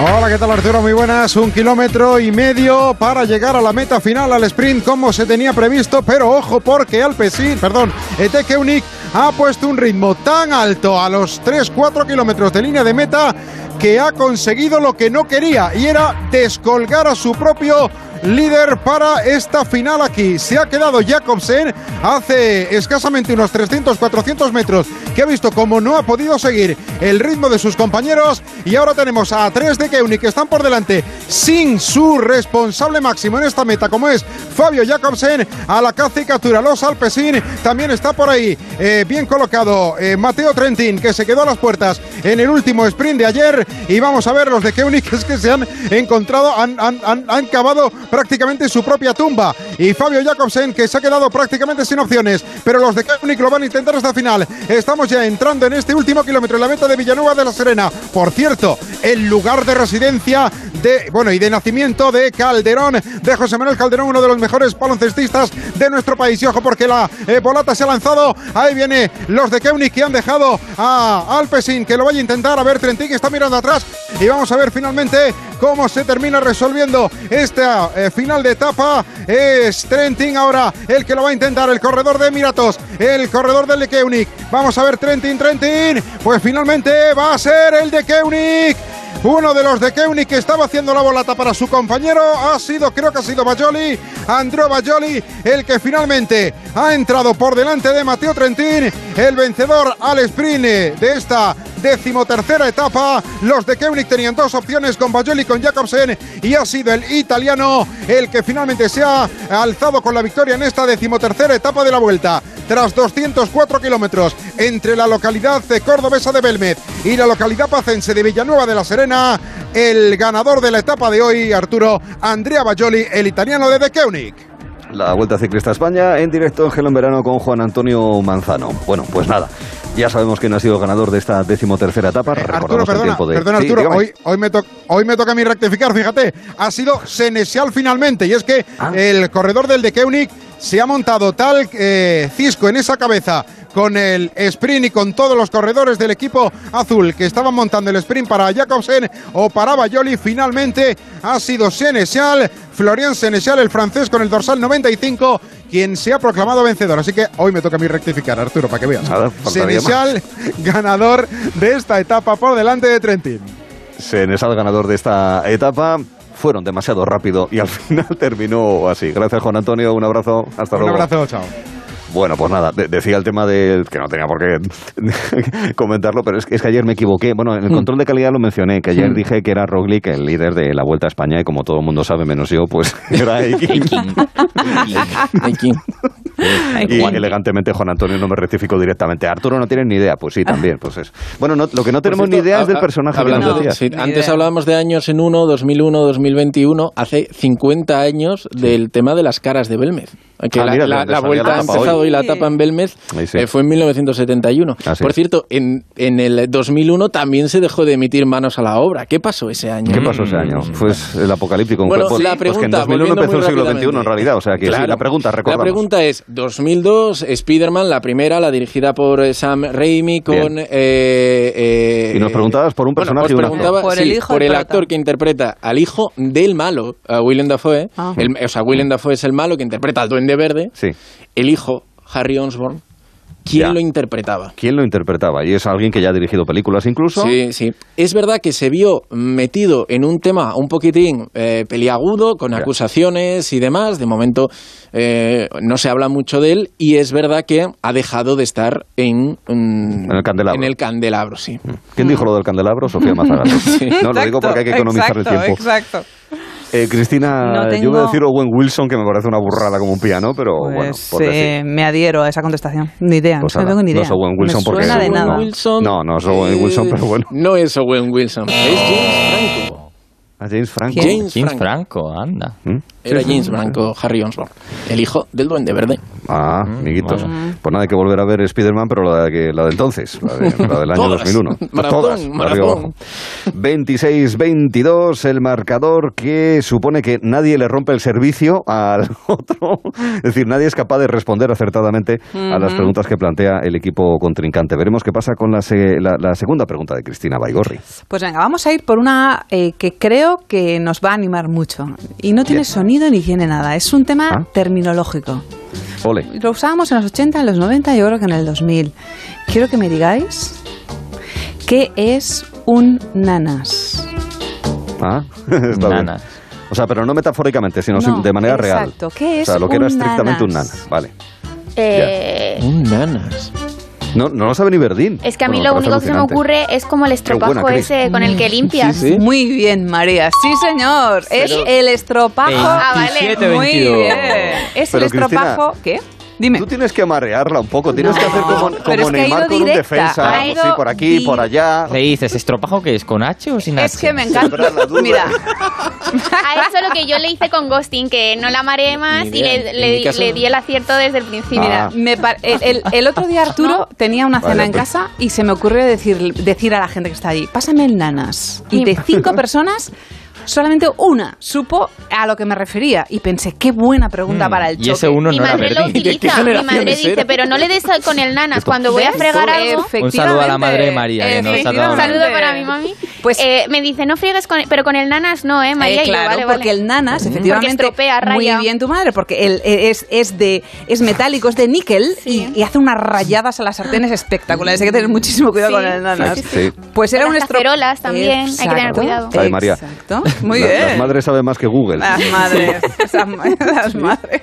Speaker 11: Hola, ¿qué tal Arturo? Muy buenas. Un kilómetro y medio para llegar a la meta final al sprint como se tenía previsto, pero ojo porque Alpecin, perdón, Eteke Unic ha puesto un ritmo tan alto a los 3-4 kilómetros de línea de meta que ha conseguido lo que no quería y era descolgar a su propio líder para esta final aquí. Se ha quedado Jacobsen hace escasamente unos 300-400 metros que ha visto como no ha podido seguir el ritmo de sus compañeros y ahora tenemos a tres de Keuni que están por delante sin su responsable máximo en esta meta como es Fabio Jacobsen a la caza y captura. Los Alpecin también está por ahí eh, bien colocado eh, Mateo Trentin que se quedó a las puertas en el último sprint de ayer y vamos a ver los de Keuni que es que se han encontrado, han, han- han- han cavado prácticamente su propia tumba y Fabio Jacobsen que se ha quedado prácticamente sin opciones pero los de Keuni lo van a intentar hasta el final. Estamos ya entrando en este último kilómetro en la meta de Villanueva de la Serena. Por cierto, el lugar de residencia de, bueno, y de nacimiento de Calderón, de José Manuel Calderón, uno de los mejores baloncestistas de nuestro país. Y ojo, porque la eh, bolata se ha lanzado. Ahí viene los de Keunig que han dejado a Alpesin, que lo vaya a intentar. A ver, Trentín que está mirando atrás. Y vamos a ver finalmente cómo se termina resolviendo esta eh, final de etapa. Es Trentin ahora el que lo va a intentar, el corredor de Emiratos, el corredor del de Keunig. Vamos a ver, Trentin, Trentin. Pues finalmente va a ser el de Keunig. Uno de los de Keuni que estaba haciendo la volata para su compañero ha sido, creo que ha sido Bajoli, Andró Bajoli, el que finalmente ha entrado por delante de Mateo Trentín, el vencedor al sprint eh, de esta decimotercera etapa. Los de Keuni tenían dos opciones con Bajoli y con Jacobsen y ha sido el italiano el que finalmente se ha alzado con la victoria en esta decimotercera etapa de la vuelta. Tras 204 kilómetros entre la localidad de cordobesa de Belmez y la localidad pacense de Villanueva de la Serena, el ganador de la etapa de hoy, Arturo Andrea Bajoli, el italiano de De Keunig.
Speaker 2: La Vuelta Ciclista a España en directo en Gelo en Verano con Juan Antonio Manzano. Bueno, pues nada, ya sabemos quién ha sido el ganador de esta decimotercera etapa.
Speaker 11: Eh, Arturo,
Speaker 2: Recordamos el
Speaker 11: perdona,
Speaker 2: tiempo de...
Speaker 11: perdona,
Speaker 2: Sí,
Speaker 11: Arturo,
Speaker 2: dígame.
Speaker 11: hoy, hoy me to- hoy me toca a mí rectificar, fíjate, ha sido Senesial finalmente, y es que
Speaker 2: Ah.
Speaker 11: el corredor del de Keunig se ha montado tal eh, cisco en esa cabeza con el sprint y con todos los corredores del equipo azul que estaban montando el sprint para Jacobsen o para Bayoli, finalmente ha sido Senesial, Florian Senesial, el francés con el dorsal 95, quien se ha proclamado vencedor. Así que hoy me toca a mí rectificar, Arturo, para que veas.
Speaker 2: Nada, faltaría
Speaker 11: Senesial, ganador de esta etapa por delante de Trentin.
Speaker 2: Senesal ganador de esta etapa. Fueron demasiado rápido y al final terminó así. Gracias, Juan Antonio. Un abrazo. Hasta
Speaker 11: Un
Speaker 2: luego.
Speaker 11: abrazo, chao.
Speaker 2: Bueno, pues nada, de- decía el tema del que no tenía por qué comentarlo, pero es que, es que ayer me equivoqué. Bueno,
Speaker 22: Mm.
Speaker 4: Mm.
Speaker 2: en el control de calidad lo mencioné, que ayer
Speaker 27: Mm.
Speaker 2: dije que era Roglic el líder de la Vuelta a España y como todo el mundo sabe, menos yo, pues era Ekin. Y elegantemente Juan Antonio no me rectificó directamente. Arturo no tiene ni idea, pues sí, también. Pues es. Bueno, no- lo que no
Speaker 4: Por
Speaker 2: tenemos
Speaker 4: cierto,
Speaker 2: ni idea
Speaker 4: Pues a-
Speaker 2: es del
Speaker 4: a-
Speaker 2: personaje
Speaker 4: hablando-
Speaker 2: que nos decías.
Speaker 4: sí, antes hablábamos de años en 1, 2001, 2021, hace 50 años del tema de las caras de Belmez. Que
Speaker 2: Ah,
Speaker 4: la,
Speaker 2: mira,
Speaker 4: la-
Speaker 2: donde
Speaker 4: la
Speaker 2: salía
Speaker 4: vuelta
Speaker 2: la
Speaker 4: ha
Speaker 2: tapa hoy.
Speaker 4: empezado y la tapa en Belmez
Speaker 2: Ahí sí. Ah,
Speaker 4: eh, fue en 1971.
Speaker 2: Así
Speaker 4: Por
Speaker 2: es.
Speaker 4: cierto, en, en el 2001 también se dejó de emitir manos a la obra. ¿Qué pasó ese año?
Speaker 2: ¿Qué pasó ese año? Fue el apocalíptico. un
Speaker 4: Bueno,
Speaker 2: cuerpo-
Speaker 4: la
Speaker 2: pues que en
Speaker 4: pregunta,
Speaker 2: 2001
Speaker 4: volviendo
Speaker 2: empezó el
Speaker 4: muy
Speaker 2: siglo
Speaker 4: rápidamente.
Speaker 2: XXI en realidad. O sea que sí,
Speaker 4: Claro.
Speaker 2: la pregunta, recordamos.
Speaker 4: La pregunta es, 2002, Spider-Man, la primera, la dirigida por eh, Sam Raimi con... eh, eh,
Speaker 2: Y nos preguntabas por un
Speaker 4: bueno,
Speaker 2: personaje
Speaker 4: os
Speaker 2: y un actor.
Speaker 4: preguntaba,
Speaker 2: Por
Speaker 4: sí,
Speaker 2: el hijo
Speaker 4: por
Speaker 2: del
Speaker 4: el
Speaker 2: prota.
Speaker 4: actor que interpreta al hijo del malo, a Willem Dafoe.
Speaker 2: Ah.
Speaker 4: El- o sea, Willem Dafoe es el malo que interpreta al Duende Verde.
Speaker 2: Sí.
Speaker 4: El hijo, Harry Osborn, ¿quién
Speaker 2: Ya.
Speaker 4: lo interpretaba?
Speaker 2: ¿Quién lo interpretaba? Y es alguien que ya ha dirigido películas incluso.
Speaker 4: Sí, sí. Es verdad que se vio metido en un tema un poquitín eh, peliagudo, con acusaciones y demás. De momento eh, no se habla mucho de él y es verdad que ha dejado de estar en, mm,
Speaker 2: En el candelabro. Mm.
Speaker 4: en el candelabro, sí.
Speaker 2: ¿Quién dijo lo del candelabro? Sofía Mazagato. No, lo digo porque hay que economizar el tiempo.
Speaker 3: Exacto.
Speaker 2: Eh, Cristina,
Speaker 3: No
Speaker 2: yo voy a
Speaker 3: tengo-
Speaker 2: decir Owen Wilson, que me parece una burrada como un piano, pero bueno,
Speaker 3: Pues,
Speaker 2: por decir.
Speaker 3: eh, me adhiero a esa contestación. Ni idea,
Speaker 2: Pues
Speaker 3: no
Speaker 2: nada,
Speaker 3: tengo ni idea.
Speaker 2: No es Owen Wilson
Speaker 3: me
Speaker 2: porque
Speaker 3: suena de
Speaker 2: no,
Speaker 3: nada.
Speaker 2: No, no es Owen Wilson, pero bueno.
Speaker 4: No es Owen Wilson, es James Franco.
Speaker 2: A Ah, James Franco. ¿Mm?
Speaker 4: ¿Quién? James
Speaker 6: James
Speaker 4: Franco.
Speaker 6: Franco, anda.
Speaker 4: Era
Speaker 6: Sí, sí.
Speaker 4: James Franco, Harry Osborn, el hijo del Duende Verde.
Speaker 2: Ah, amiguitos. Pues nada, hay que volver a ver Spider-Man, pero la, de que, la de entonces, la, de- la del año
Speaker 4: Todas.
Speaker 2: 2001.
Speaker 4: Maratón,
Speaker 2: Todas, de arriba
Speaker 4: maratón.
Speaker 2: abajo. 26-22, el marcador que supone que nadie le rompe el servicio al otro. Es decir, nadie es capaz de responder acertadamente a las
Speaker 28: Ujú.
Speaker 2: preguntas que plantea el equipo contrincante. Veremos qué pasa con la, se- la- la segunda pregunta de Cristina Baigorri.
Speaker 3: Pues venga, vamos a ir por una eh, que creo que nos va a animar mucho. Y no tiene sonido ni tiene nada. Es un tema
Speaker 2: Ah.
Speaker 3: terminológico.
Speaker 2: Ole.
Speaker 3: Lo usábamos en los 80, en los 90 y yo creo que en el 2000. Quiero que me digáis qué es un nanas.
Speaker 2: Ah, está bien.
Speaker 6: Nanas.
Speaker 2: O sea, pero no metafóricamente, sino sim- de manera real.
Speaker 3: exacto. ¿Qué
Speaker 2: o sea,
Speaker 3: es
Speaker 2: lo que era
Speaker 3: un
Speaker 2: estrictamente un
Speaker 3: nanas?
Speaker 2: nanas. Vale.
Speaker 5: Eh,
Speaker 4: Un nanas.
Speaker 2: No, no lo sabe ni Verdín.
Speaker 5: es que a mí
Speaker 2: Bueno,
Speaker 5: lo
Speaker 2: me parece
Speaker 5: único que se me
Speaker 2: alucinante.
Speaker 5: ocurre es como el estropajo
Speaker 2: buena, Cris.
Speaker 5: ese con el que limpias.
Speaker 2: Sí, sí.
Speaker 3: Muy bien, María. Sí, señor. Es
Speaker 5: Pero-
Speaker 3: el estropajo. Ah,
Speaker 5: 27,
Speaker 3: Muy
Speaker 2: 22.
Speaker 3: bien. Es
Speaker 2: Pero,
Speaker 3: el estropajo. ¿Qué? Dime.
Speaker 2: Tú tienes que amarearla un poco, tienes que hacer como,
Speaker 3: pero
Speaker 2: como
Speaker 3: es que ha
Speaker 2: Neymar
Speaker 3: ido
Speaker 2: con un
Speaker 3: directa,
Speaker 2: defensa.
Speaker 3: ha ido
Speaker 2: sí, por aquí,
Speaker 3: di-
Speaker 2: por allá.
Speaker 6: ¿Le dices estropajo que es con H o sin H?
Speaker 3: Es que me encanta. Mira,
Speaker 5: A eso lo que yo le hice con Ghosting, que no la mareé más
Speaker 3: Ni
Speaker 5: y
Speaker 3: idea.
Speaker 5: le,
Speaker 3: En
Speaker 5: le-
Speaker 3: mi caso-
Speaker 5: le di el acierto desde el principio.
Speaker 2: Ah.
Speaker 3: me par- el, el- el otro día Arturo tenía una cena
Speaker 5: Ah, Vale,
Speaker 3: en
Speaker 5: pero-
Speaker 3: casa y se me ocurrió decir, decir a la gente que está allí, pásame el nanas. Y de cinco personas, solamente una supo a lo que me refería. Y pensé, qué buena
Speaker 2: Hmm.
Speaker 3: pregunta para el choque.
Speaker 6: y ese uno
Speaker 5: Mi
Speaker 6: no era
Speaker 5: madre lo
Speaker 6: Verdi.
Speaker 5: utiliza, mi madre
Speaker 6: generaciones
Speaker 5: dice,
Speaker 6: eran?
Speaker 5: pero no le des a- con el nanas. Cuando voy a
Speaker 3: ¿Ves?
Speaker 5: fregar algo,
Speaker 6: Un saludo a la madre María, ¿eh? que nos ha dado
Speaker 5: un
Speaker 6: una-
Speaker 5: saludo para mi mami. Pues me dice, no friegues con, pero con el nanas no, ¿eh, María?
Speaker 3: Eh,
Speaker 5: Y yo,
Speaker 3: claro,
Speaker 5: vale, vale.
Speaker 3: porque el nanas,
Speaker 5: Porque
Speaker 3: efectivamente,
Speaker 5: estropea,
Speaker 3: muy
Speaker 5: raya.
Speaker 3: bien tu madre, porque el, eh, es, es de es metálico, es de níquel y, y hace unas rayadas a las sartenes espectaculares. Hay que tener muchísimo cuidado
Speaker 5: Sí,
Speaker 3: con el nanas.
Speaker 2: sí, sí. Sí.
Speaker 3: Pues era
Speaker 5: Con
Speaker 3: un
Speaker 5: las
Speaker 3: estro-
Speaker 5: cacerolas también, hay que tener
Speaker 3: Exacto,
Speaker 5: cuidado.
Speaker 2: Ay, María.
Speaker 3: Exacto. Muy
Speaker 2: La-
Speaker 3: bien. Ah,
Speaker 2: Las madres saben más que Google.
Speaker 3: Las madres, esas ma- las madres.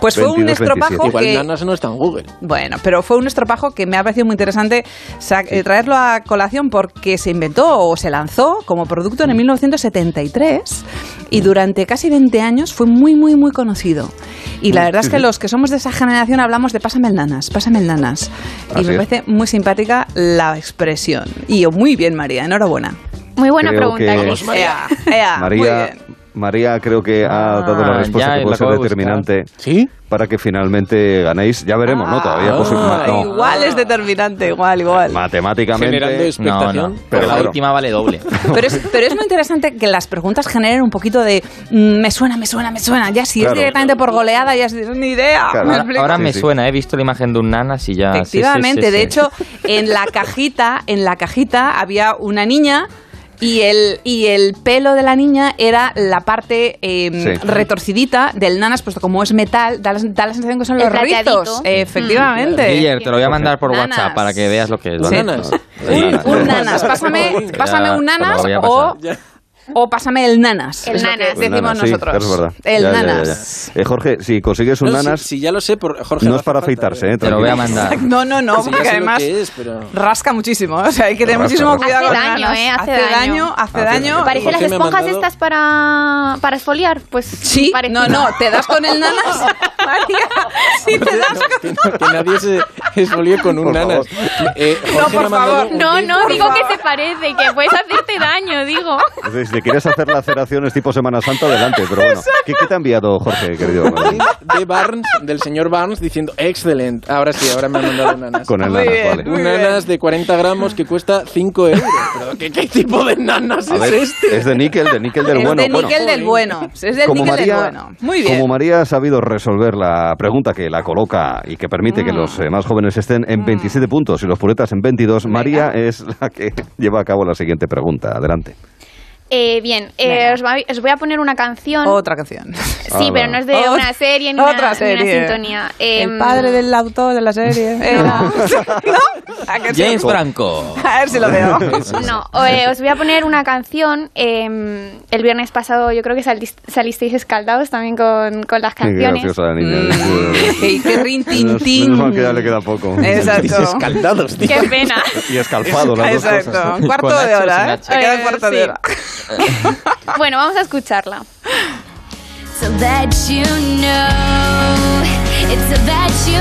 Speaker 3: Pues fue un
Speaker 2: 22,
Speaker 3: estropajo
Speaker 2: 27. Igual
Speaker 3: que...
Speaker 2: nanas
Speaker 4: no está en Google.
Speaker 3: Bueno, pero fue un estropajo que me ha parecido muy interesante sa- eh, traerlo a colación porque se inventó o se lanzó como
Speaker 2: Mm.
Speaker 3: producto en el 1973 y durante casi 20 años fue muy, muy, muy conocido. Y
Speaker 2: Mm.
Speaker 3: la verdad es que los que somos de esa generación hablamos de pásame el nanas, pásame el nanas. Y
Speaker 2: Así
Speaker 3: me
Speaker 2: es.
Speaker 3: parece muy simpática la expresión. Y yo, muy bien, María, enhorabuena.
Speaker 5: Muy
Speaker 2: buena Creo pregunta, que- Cris.
Speaker 3: María. Ea, muy bien.
Speaker 2: María, María creo que ha dado
Speaker 6: Ah,
Speaker 2: la respuesta
Speaker 6: ya,
Speaker 2: que
Speaker 6: la
Speaker 2: puede ser
Speaker 6: acabo de buscar.
Speaker 2: determinante para que finalmente ganéis. Ya veremos,
Speaker 3: Ah.
Speaker 2: ¿no? Todavía pues, no.
Speaker 3: Igual es determinante, igual, igual.
Speaker 2: Matemáticamente.
Speaker 6: Generando expectación.
Speaker 2: Pero
Speaker 6: la
Speaker 2: claro.
Speaker 6: última vale doble.
Speaker 3: Pero es, pero es muy interesante que las preguntas generen un poquito de mm, me suena, me suena, me suena. Ya si
Speaker 6: Claro.
Speaker 3: es directamente por goleada, ya es ni idea.
Speaker 6: Claro,
Speaker 3: ¿Me
Speaker 6: ahora,
Speaker 3: explico?
Speaker 6: ahora me suena, ¿eh? he visto la imagen de un nanas y ya. sí, sí, sí,
Speaker 3: Efectivamente,
Speaker 6: sí.
Speaker 3: de hecho, en la cajita, en la cajita había una niña y el, y el pelo de la niña era la parte eh,
Speaker 6: Sí.
Speaker 3: retorcidita del nanas, puesto como es metal, da la, da la sensación que son los
Speaker 5: El plateadito.
Speaker 3: rizos. Efectivamente.
Speaker 6: Guiller, te lo voy a mandar por
Speaker 3: Nanas.
Speaker 6: WhatsApp para que veas lo que es.
Speaker 3: Sí.
Speaker 6: ¿vale?
Speaker 3: Nanas. Un nanas, pásame, pásame un
Speaker 6: Ya,
Speaker 3: nanas
Speaker 6: te lo voy a
Speaker 3: o o pásame el nanas.
Speaker 5: El
Speaker 3: es lo
Speaker 5: nanas.
Speaker 3: que decimos
Speaker 2: nanas, sí,
Speaker 3: nosotros.
Speaker 2: claro, es verdad.
Speaker 3: El
Speaker 2: Ya, ya, ya, ya.
Speaker 3: nanas.
Speaker 2: Eh, Jorge, si consigues un
Speaker 4: No, si-
Speaker 2: nanas,
Speaker 4: si ya lo sé, por- Jorge.
Speaker 2: no
Speaker 4: no
Speaker 2: es para
Speaker 4: hace falta,
Speaker 2: afeitarse, ¿eh?
Speaker 6: Te lo voy a mandar.
Speaker 2: tranquilo.
Speaker 3: No, no, no,
Speaker 4: Sí, ya
Speaker 3: porque
Speaker 4: sé lo
Speaker 3: además
Speaker 4: que es, pero-
Speaker 3: rasca muchísimo. O sea, hay que tener
Speaker 2: Rasca,
Speaker 3: muchísimo
Speaker 2: rasca.
Speaker 3: cuidado
Speaker 5: Hace
Speaker 3: con
Speaker 5: daño,
Speaker 3: nanas.
Speaker 5: ¿eh? Hace daño.
Speaker 3: hace
Speaker 2: Hace
Speaker 3: daño.
Speaker 2: daño.
Speaker 5: Parece las
Speaker 2: Jorge me ha
Speaker 5: esponjas
Speaker 2: mandado-
Speaker 5: estas para, para esfoliar, pues
Speaker 3: Sí,
Speaker 5: parecido.
Speaker 3: no, no, te das con el nanas, María. Si te das con...
Speaker 4: Que nadie se esfolió con un nanas. Eh, Jorge me ha mandado un
Speaker 5: No,
Speaker 4: gif
Speaker 5: no,
Speaker 4: de-
Speaker 5: digo que se parece, que puedes hacerte daño, digo.
Speaker 2: Si- Si quieres hacer laceraciones tipo Semana Santa, adelante. Pero bueno, ¿qué, qué te ha enviado Jorge, querido?
Speaker 4: de Barnes, del señor Barnes, diciendo excelente. Ahora sí, ahora me han mandado un nanas.
Speaker 2: Con el
Speaker 4: Muy
Speaker 2: nanas,
Speaker 4: bien,
Speaker 2: vale.
Speaker 4: Un nanas de 40 gramos que cuesta 5 euros. Pero ¿qué, qué tipo de nanas
Speaker 2: A
Speaker 4: es
Speaker 2: ver,
Speaker 4: este?
Speaker 2: es de níquel, de níquel del
Speaker 3: es
Speaker 2: bueno.
Speaker 3: de
Speaker 2: bueno.
Speaker 3: níquel del bueno. Es del
Speaker 2: como
Speaker 3: níquel del
Speaker 2: María,
Speaker 3: bueno. Muy bien.
Speaker 2: como María ha sabido resolver la pregunta que la coloca y que permite
Speaker 3: Mm.
Speaker 2: que los eh, más jóvenes estén en 27 puntos y los puretas en 22, María es la que lleva a cabo la siguiente pregunta. Adelante.
Speaker 5: Eh, bien, eh, os, va- os voy a poner una canción.
Speaker 3: Otra canción.
Speaker 2: Ah,
Speaker 5: Sí, pero no es de
Speaker 3: Otra-
Speaker 5: una serie ni una,
Speaker 3: otra
Speaker 5: ni una
Speaker 3: serie.
Speaker 5: sintonía.
Speaker 3: Ah, El
Speaker 5: Em,
Speaker 3: padre del autor de la serie era... ¿No? ¿A que sí?
Speaker 6: James Franco.
Speaker 3: A ver si lo veo.
Speaker 5: No, o, eh, os voy a poner una canción. em, el viernes pasado yo creo que salis- salisteis escaldados también con, con las
Speaker 2: Qué
Speaker 5: canciones.
Speaker 2: graciosa la niña.
Speaker 3: Qué, Mm. qué rin tin
Speaker 2: Menos-
Speaker 3: tin.
Speaker 2: menos mal que ya le queda poco.
Speaker 3: Exacto.
Speaker 4: Escaldados, tío.
Speaker 5: Qué pena.
Speaker 2: Y escalfado las dos
Speaker 3: Exacto.
Speaker 2: cosas.
Speaker 3: Un cuarto
Speaker 6: Con
Speaker 3: de
Speaker 6: H o sin
Speaker 3: hora, ¿eh?
Speaker 6: H.
Speaker 3: Me queda
Speaker 5: Eh,
Speaker 3: un cuarto de
Speaker 5: sí.
Speaker 3: hora.
Speaker 5: Bueno, vamos a escucharla.
Speaker 7: so that you know, it's so that you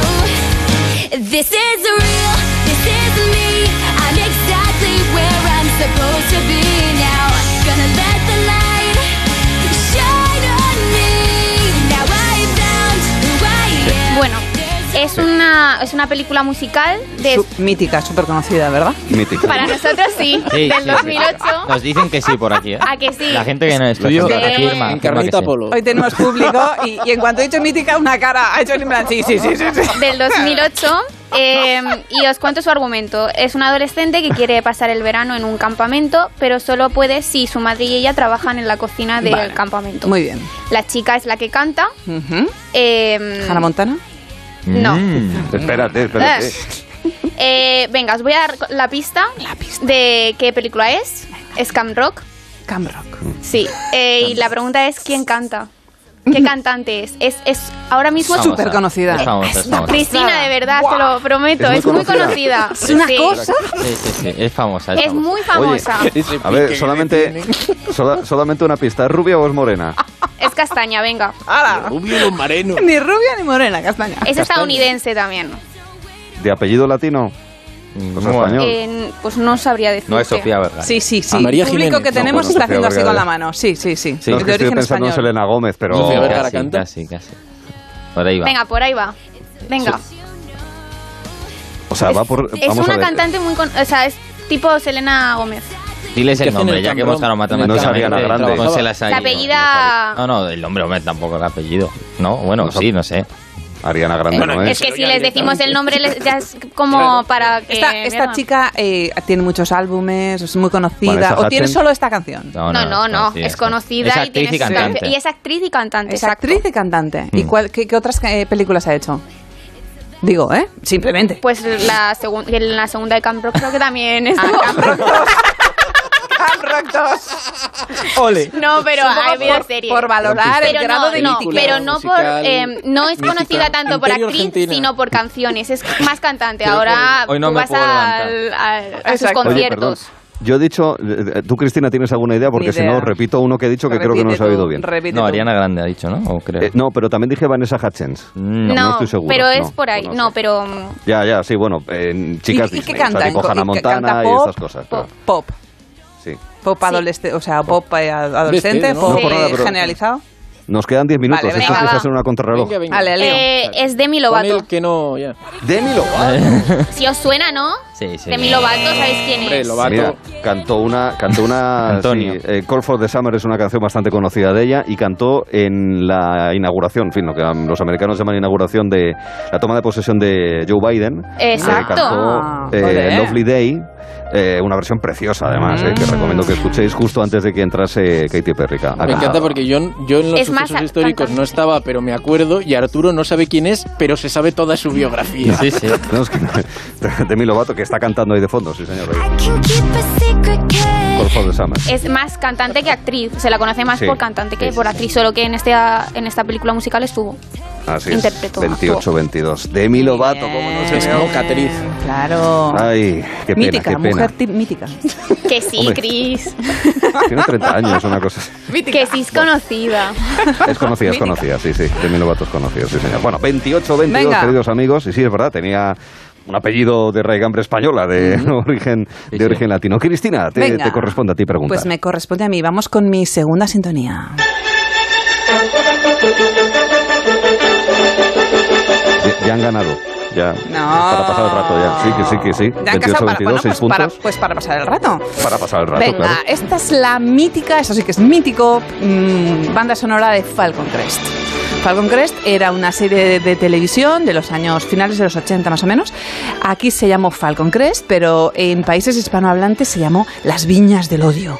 Speaker 7: know. This is real, this is me. I'm exactly where I'm supposed to be now. Gonna let the light shine on me. Now I found who I am.
Speaker 5: Bueno, es una, es una película musical de...
Speaker 3: Mítica, súper conocida, ¿verdad?
Speaker 2: Mítica.
Speaker 5: Para nosotros sí,
Speaker 6: Sí,
Speaker 5: del
Speaker 6: sí, sí.
Speaker 5: 2008.
Speaker 6: Nos dicen que sí por aquí. ¿eh?
Speaker 5: ¿A Ah, que sí? Eh,
Speaker 6: La gente que en el estudio
Speaker 2: gente
Speaker 5: que-
Speaker 6: afirma,
Speaker 4: En
Speaker 6: afirma que
Speaker 4: Carnita
Speaker 6: sí.
Speaker 4: Polo.
Speaker 3: Hoy tenemos público y, y en cuanto he dicho mítica, una cara ha hecho el plan. Sí, sí, sí, sí. sí.
Speaker 5: del 2008 eh, y os cuento su argumento. Es una adolescente que quiere pasar el verano en un campamento, pero solo puede si su madre y ella trabajan en la cocina del
Speaker 3: Vale.
Speaker 5: campamento.
Speaker 3: Muy bien.
Speaker 5: La chica es la que canta.
Speaker 3: Ujú.
Speaker 5: eh,
Speaker 3: Hannah Montana.
Speaker 5: No.
Speaker 6: Mm.
Speaker 2: Espérate, espérate.
Speaker 5: eh, venga, os voy a dar la pista, de qué película es. Es Camp Rock.
Speaker 3: Cam Rock.
Speaker 5: Sí. eh, y la pregunta es quién canta. ¿Qué cantante es? Es, es ahora mismo es
Speaker 6: Famosa.
Speaker 3: Súper conocida.
Speaker 6: Es famosa, es famosa.
Speaker 5: Cristina, de verdad, te lo prometo,
Speaker 2: Es muy
Speaker 5: es muy
Speaker 2: conocida.
Speaker 5: conocida.
Speaker 3: Es una
Speaker 5: Sí.
Speaker 3: cosa.
Speaker 6: Sí, sí, sí, es famosa.
Speaker 5: Es
Speaker 6: famosa.
Speaker 5: muy famosa.
Speaker 4: Ese
Speaker 2: A ver,
Speaker 4: pique
Speaker 2: solamente, sola- solamente una pista. ¿Es rubia o es morena?
Speaker 5: Es castaña, venga.
Speaker 4: que-
Speaker 3: ¡Hala!
Speaker 4: Rubio y mareno.
Speaker 3: Ni rubia ni morena, castaña.
Speaker 5: Es estadounidense también.
Speaker 2: ¿De apellido latino?
Speaker 6: Mm,
Speaker 2: Pues
Speaker 6: bueno.
Speaker 2: español.
Speaker 5: En- pues no sabría decirte.
Speaker 6: No es Sofía Vergara.
Speaker 3: Sí, sí, sí.
Speaker 4: A María
Speaker 3: el público
Speaker 4: Jiménez.
Speaker 3: que
Speaker 4: No,
Speaker 3: tenemos
Speaker 2: bueno,
Speaker 3: está
Speaker 2: Sofía
Speaker 3: haciendo así con
Speaker 2: Vergara.
Speaker 3: la mano. Sí, sí, sí.
Speaker 2: No,
Speaker 3: Es
Speaker 2: es que
Speaker 3: de
Speaker 2: estoy
Speaker 3: origen
Speaker 2: pensando en
Speaker 3: español.
Speaker 2: Selena Gómez, pero...
Speaker 4: Sofía Vergara.
Speaker 6: Casi,
Speaker 4: canta.
Speaker 6: casi, casi. Por ahí va.
Speaker 5: Venga, por ahí va. Venga.
Speaker 2: O sea, va por...
Speaker 5: Es
Speaker 2: vamos a
Speaker 5: una
Speaker 2: ver.
Speaker 5: cantante muy... con- o sea, es tipo Selena Gómez.
Speaker 6: Diles
Speaker 4: ¿Qué
Speaker 6: el
Speaker 4: hacen
Speaker 6: nombre,
Speaker 4: el
Speaker 6: ya que
Speaker 4: Cambrón?
Speaker 6: hemos ganado matemáticamente.
Speaker 2: No sabía la grande.
Speaker 6: con Selas ahí,
Speaker 5: La
Speaker 6: no,
Speaker 5: apellida-
Speaker 6: No, no, el nombre, hombre, tampoco el apellido. No, bueno,
Speaker 2: No sab-
Speaker 6: sí, no sé.
Speaker 2: Ariana Grande,
Speaker 4: Bueno,
Speaker 2: ¿no
Speaker 5: Es
Speaker 4: Eh,
Speaker 2: es?
Speaker 5: que
Speaker 4: pero
Speaker 5: si
Speaker 4: ya
Speaker 5: les decimos el nombre les- ya es como
Speaker 4: Claro.
Speaker 5: para que...
Speaker 3: Esta, esta
Speaker 5: mierda.
Speaker 3: chica eh, tiene muchos álbumes, es muy conocida.
Speaker 2: Vanessa
Speaker 3: ¿O tiene
Speaker 2: Hudgens.
Speaker 3: solo esta canción?
Speaker 5: No, no, no,
Speaker 6: sí,
Speaker 5: es conocida
Speaker 6: Es
Speaker 5: y
Speaker 6: actriz
Speaker 5: tiene
Speaker 6: y
Speaker 5: sus
Speaker 6: cantante.
Speaker 5: canciones- y es actriz y cantante.
Speaker 3: Es
Speaker 5: exacto.
Speaker 3: actriz y cantante. ¿Y
Speaker 6: Mm.
Speaker 3: cuál, qué, qué otras eh, películas ha hecho? Digo, ¿eh? Simplemente.
Speaker 5: Pues la, segun- en la segunda de Camp Rock creo que también
Speaker 3: Ah,
Speaker 5: es...
Speaker 3: Camp Rock 2.
Speaker 4: Ole.
Speaker 5: no, pero
Speaker 3: Supongo
Speaker 5: ha habido
Speaker 3: por-
Speaker 5: series.
Speaker 3: por valorar el
Speaker 5: Pero
Speaker 3: grado
Speaker 5: no,
Speaker 3: de
Speaker 5: no,
Speaker 3: mítica.
Speaker 5: pero no por
Speaker 4: musical,
Speaker 5: eh, no es
Speaker 4: mítica.
Speaker 5: conocida tanto por
Speaker 4: Imperio
Speaker 5: actriz
Speaker 4: Argentina.
Speaker 5: sino por canciones es más cantante ahora
Speaker 6: hoy no
Speaker 5: tú
Speaker 6: me
Speaker 5: vas
Speaker 6: puedo
Speaker 5: al, al- a sus
Speaker 3: Exacto.
Speaker 2: Oye, perdón.
Speaker 5: conciertos
Speaker 2: Yo he dicho... eh, Tú, Cristina, tienes alguna idea, porque
Speaker 3: Ni
Speaker 2: si no,
Speaker 3: idea.
Speaker 2: repito uno que he dicho que creo que no he
Speaker 3: Repite
Speaker 2: sabido
Speaker 3: tú,
Speaker 2: bien.
Speaker 3: repite
Speaker 6: No,
Speaker 3: tú.
Speaker 6: Ariana Grande ha dicho, ¿no? O creo.
Speaker 2: Eh, no, pero también dije Vanessa Hutchins.
Speaker 6: Mm,
Speaker 5: no,
Speaker 2: no estoy seguro,
Speaker 5: pero es
Speaker 2: no,
Speaker 5: por ahí
Speaker 2: no
Speaker 5: no,
Speaker 2: sé.
Speaker 5: pero mm,
Speaker 2: Ya, ya, sí, bueno, en chicas
Speaker 3: ¿Y- y
Speaker 2: Disney,
Speaker 3: qué
Speaker 2: o sea,
Speaker 3: canta?
Speaker 2: tipo
Speaker 3: ¿Y-
Speaker 2: Hannah
Speaker 3: y-
Speaker 2: Montana
Speaker 3: canta
Speaker 2: y
Speaker 3: pop?
Speaker 2: estas cosas. claro.
Speaker 3: Pop, pop,
Speaker 2: Sí.
Speaker 3: pop adolescente, o sea, pop eh, adolescente,
Speaker 4: Viste, ¿no?
Speaker 3: pop
Speaker 5: No, por
Speaker 3: eh,
Speaker 2: nada, pero-
Speaker 3: generalizado.
Speaker 2: Nos quedan 10 minutos,
Speaker 3: Vale,
Speaker 2: esto
Speaker 5: venga,
Speaker 2: empieza a
Speaker 5: va.
Speaker 2: ser una contrarreloj.
Speaker 4: Venga, venga.
Speaker 3: Vale, Leo.
Speaker 5: eh, es Demi
Speaker 4: Pon el
Speaker 5: Lovato
Speaker 4: que no, ya.
Speaker 2: Demi Lovato.
Speaker 5: si os suena no
Speaker 6: Sí, sí.
Speaker 5: Demi Lovato sabéis quién
Speaker 4: Hombre,
Speaker 5: es
Speaker 4: Lovato.
Speaker 2: Mira, cantó una, cantó una,
Speaker 6: Antonio.
Speaker 2: sí, eh, Call for the Summer es una canción bastante conocida de ella y cantó en la inauguración, en fin, lo que am- los americanos llaman inauguración de la toma de posesión de Joe Biden. Eh,
Speaker 5: Exacto.
Speaker 3: Ah,
Speaker 2: cantó eh,
Speaker 3: joder.
Speaker 2: Lovely Day, eh, una versión preciosa además, eh, que
Speaker 3: Mm.
Speaker 2: recomiendo que escuchéis justo antes de que entrase Katy Perry. acá.
Speaker 4: Me encanta porque yo, yo en los
Speaker 5: Es más
Speaker 4: sucesos históricos
Speaker 5: cantante.
Speaker 4: no estaba, pero me acuerdo, y Arturo no sabe quién es, pero se sabe toda su biografía.
Speaker 6: Sí, sí.
Speaker 2: No, es que- Demi Lovato que está cantando ahí de fondo, sí señor.
Speaker 7: I can keep a secret, can
Speaker 2: Battle for the Summer.
Speaker 5: Es más cantante que actriz. Se la conoce más
Speaker 2: Sí,
Speaker 5: por cantante que
Speaker 2: sí,
Speaker 5: por
Speaker 2: sí,
Speaker 5: actriz, solo que en esta, en esta película musical estuvo.
Speaker 2: Así es.
Speaker 5: Interpretó,
Speaker 2: 28-22. Demi Lovato, como no se
Speaker 3: Es
Speaker 2: me
Speaker 3: como
Speaker 2: oye.
Speaker 3: Catriz. Claro.
Speaker 2: Ay, qué pena,
Speaker 3: mítica,
Speaker 2: qué pena.
Speaker 3: mujer ti- mítica.
Speaker 5: Que sí,
Speaker 2: Hombre.
Speaker 5: Cris.
Speaker 2: Tiene 30 años, una cosa así.
Speaker 5: Que sí es conocida.
Speaker 2: Es conocida, es conocida, sí, sí. Demi Lovato es conocida, sí, señor. Bueno, 28-22,
Speaker 5: Venga.
Speaker 2: queridos amigos. Y sí, es verdad, tenía un apellido de raigambre española, de origen de origen latino. Cristina, te,
Speaker 3: Venga.
Speaker 2: te corresponde a ti preguntar.
Speaker 3: Pues me corresponde a mí. Vamos con mi segunda sintonía.
Speaker 2: Ya, ya han ganado. Ya. Para pasar el rato, ya. Sí, que sí, que sí.
Speaker 3: Ya han casado para,
Speaker 2: 28-22,
Speaker 3: bueno,
Speaker 2: 6
Speaker 3: pues, para,
Speaker 2: puntos.
Speaker 3: pues para pasar el rato.
Speaker 2: Para pasar el rato,
Speaker 3: Venga,
Speaker 2: claro.
Speaker 3: esta es la mítica, eso sí que es mítico, mm, banda sonora de Falcon Crest. Falcon Crest era una serie de, de televisión de los años finales de los 80 más o menos. Aquí se llamó Falcon Crest, pero en países hispanohablantes se llamó Las Viñas del Odio.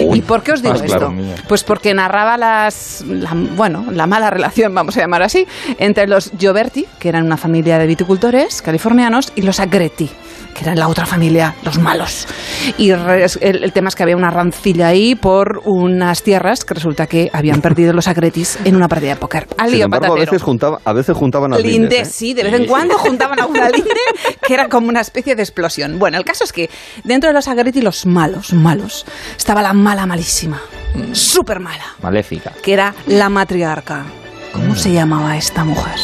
Speaker 3: ¿Y por qué os digo
Speaker 27: más
Speaker 3: esto?
Speaker 27: claro mía.
Speaker 3: Pues porque narraba las, la- bueno, la mala relación, vamos a llamar así, entre los Gioberti, que eran una familia de viticultores californianos, y los Agretti, que eran la otra familia, los malos. Y re- el, el tema es que había una rancilla ahí por unas tierras que resulta que habían perdido los Agretis en una partida de póker. Al
Speaker 2: Sin
Speaker 3: lío
Speaker 2: embargo, a
Speaker 3: patatero.
Speaker 2: veces, juntaba, a veces juntaban ¿eh? a
Speaker 3: Linde, sí, de vez en cuando juntaban a una linde que era como una especie de explosión. Bueno, el caso es que dentro de los Agretti, los malos, malos, estaba la mala malísima,
Speaker 2: Mm.
Speaker 3: súper mala,
Speaker 6: Maléfica.
Speaker 3: que era la matriarca. ¿Cómo se llamaba esta mujer?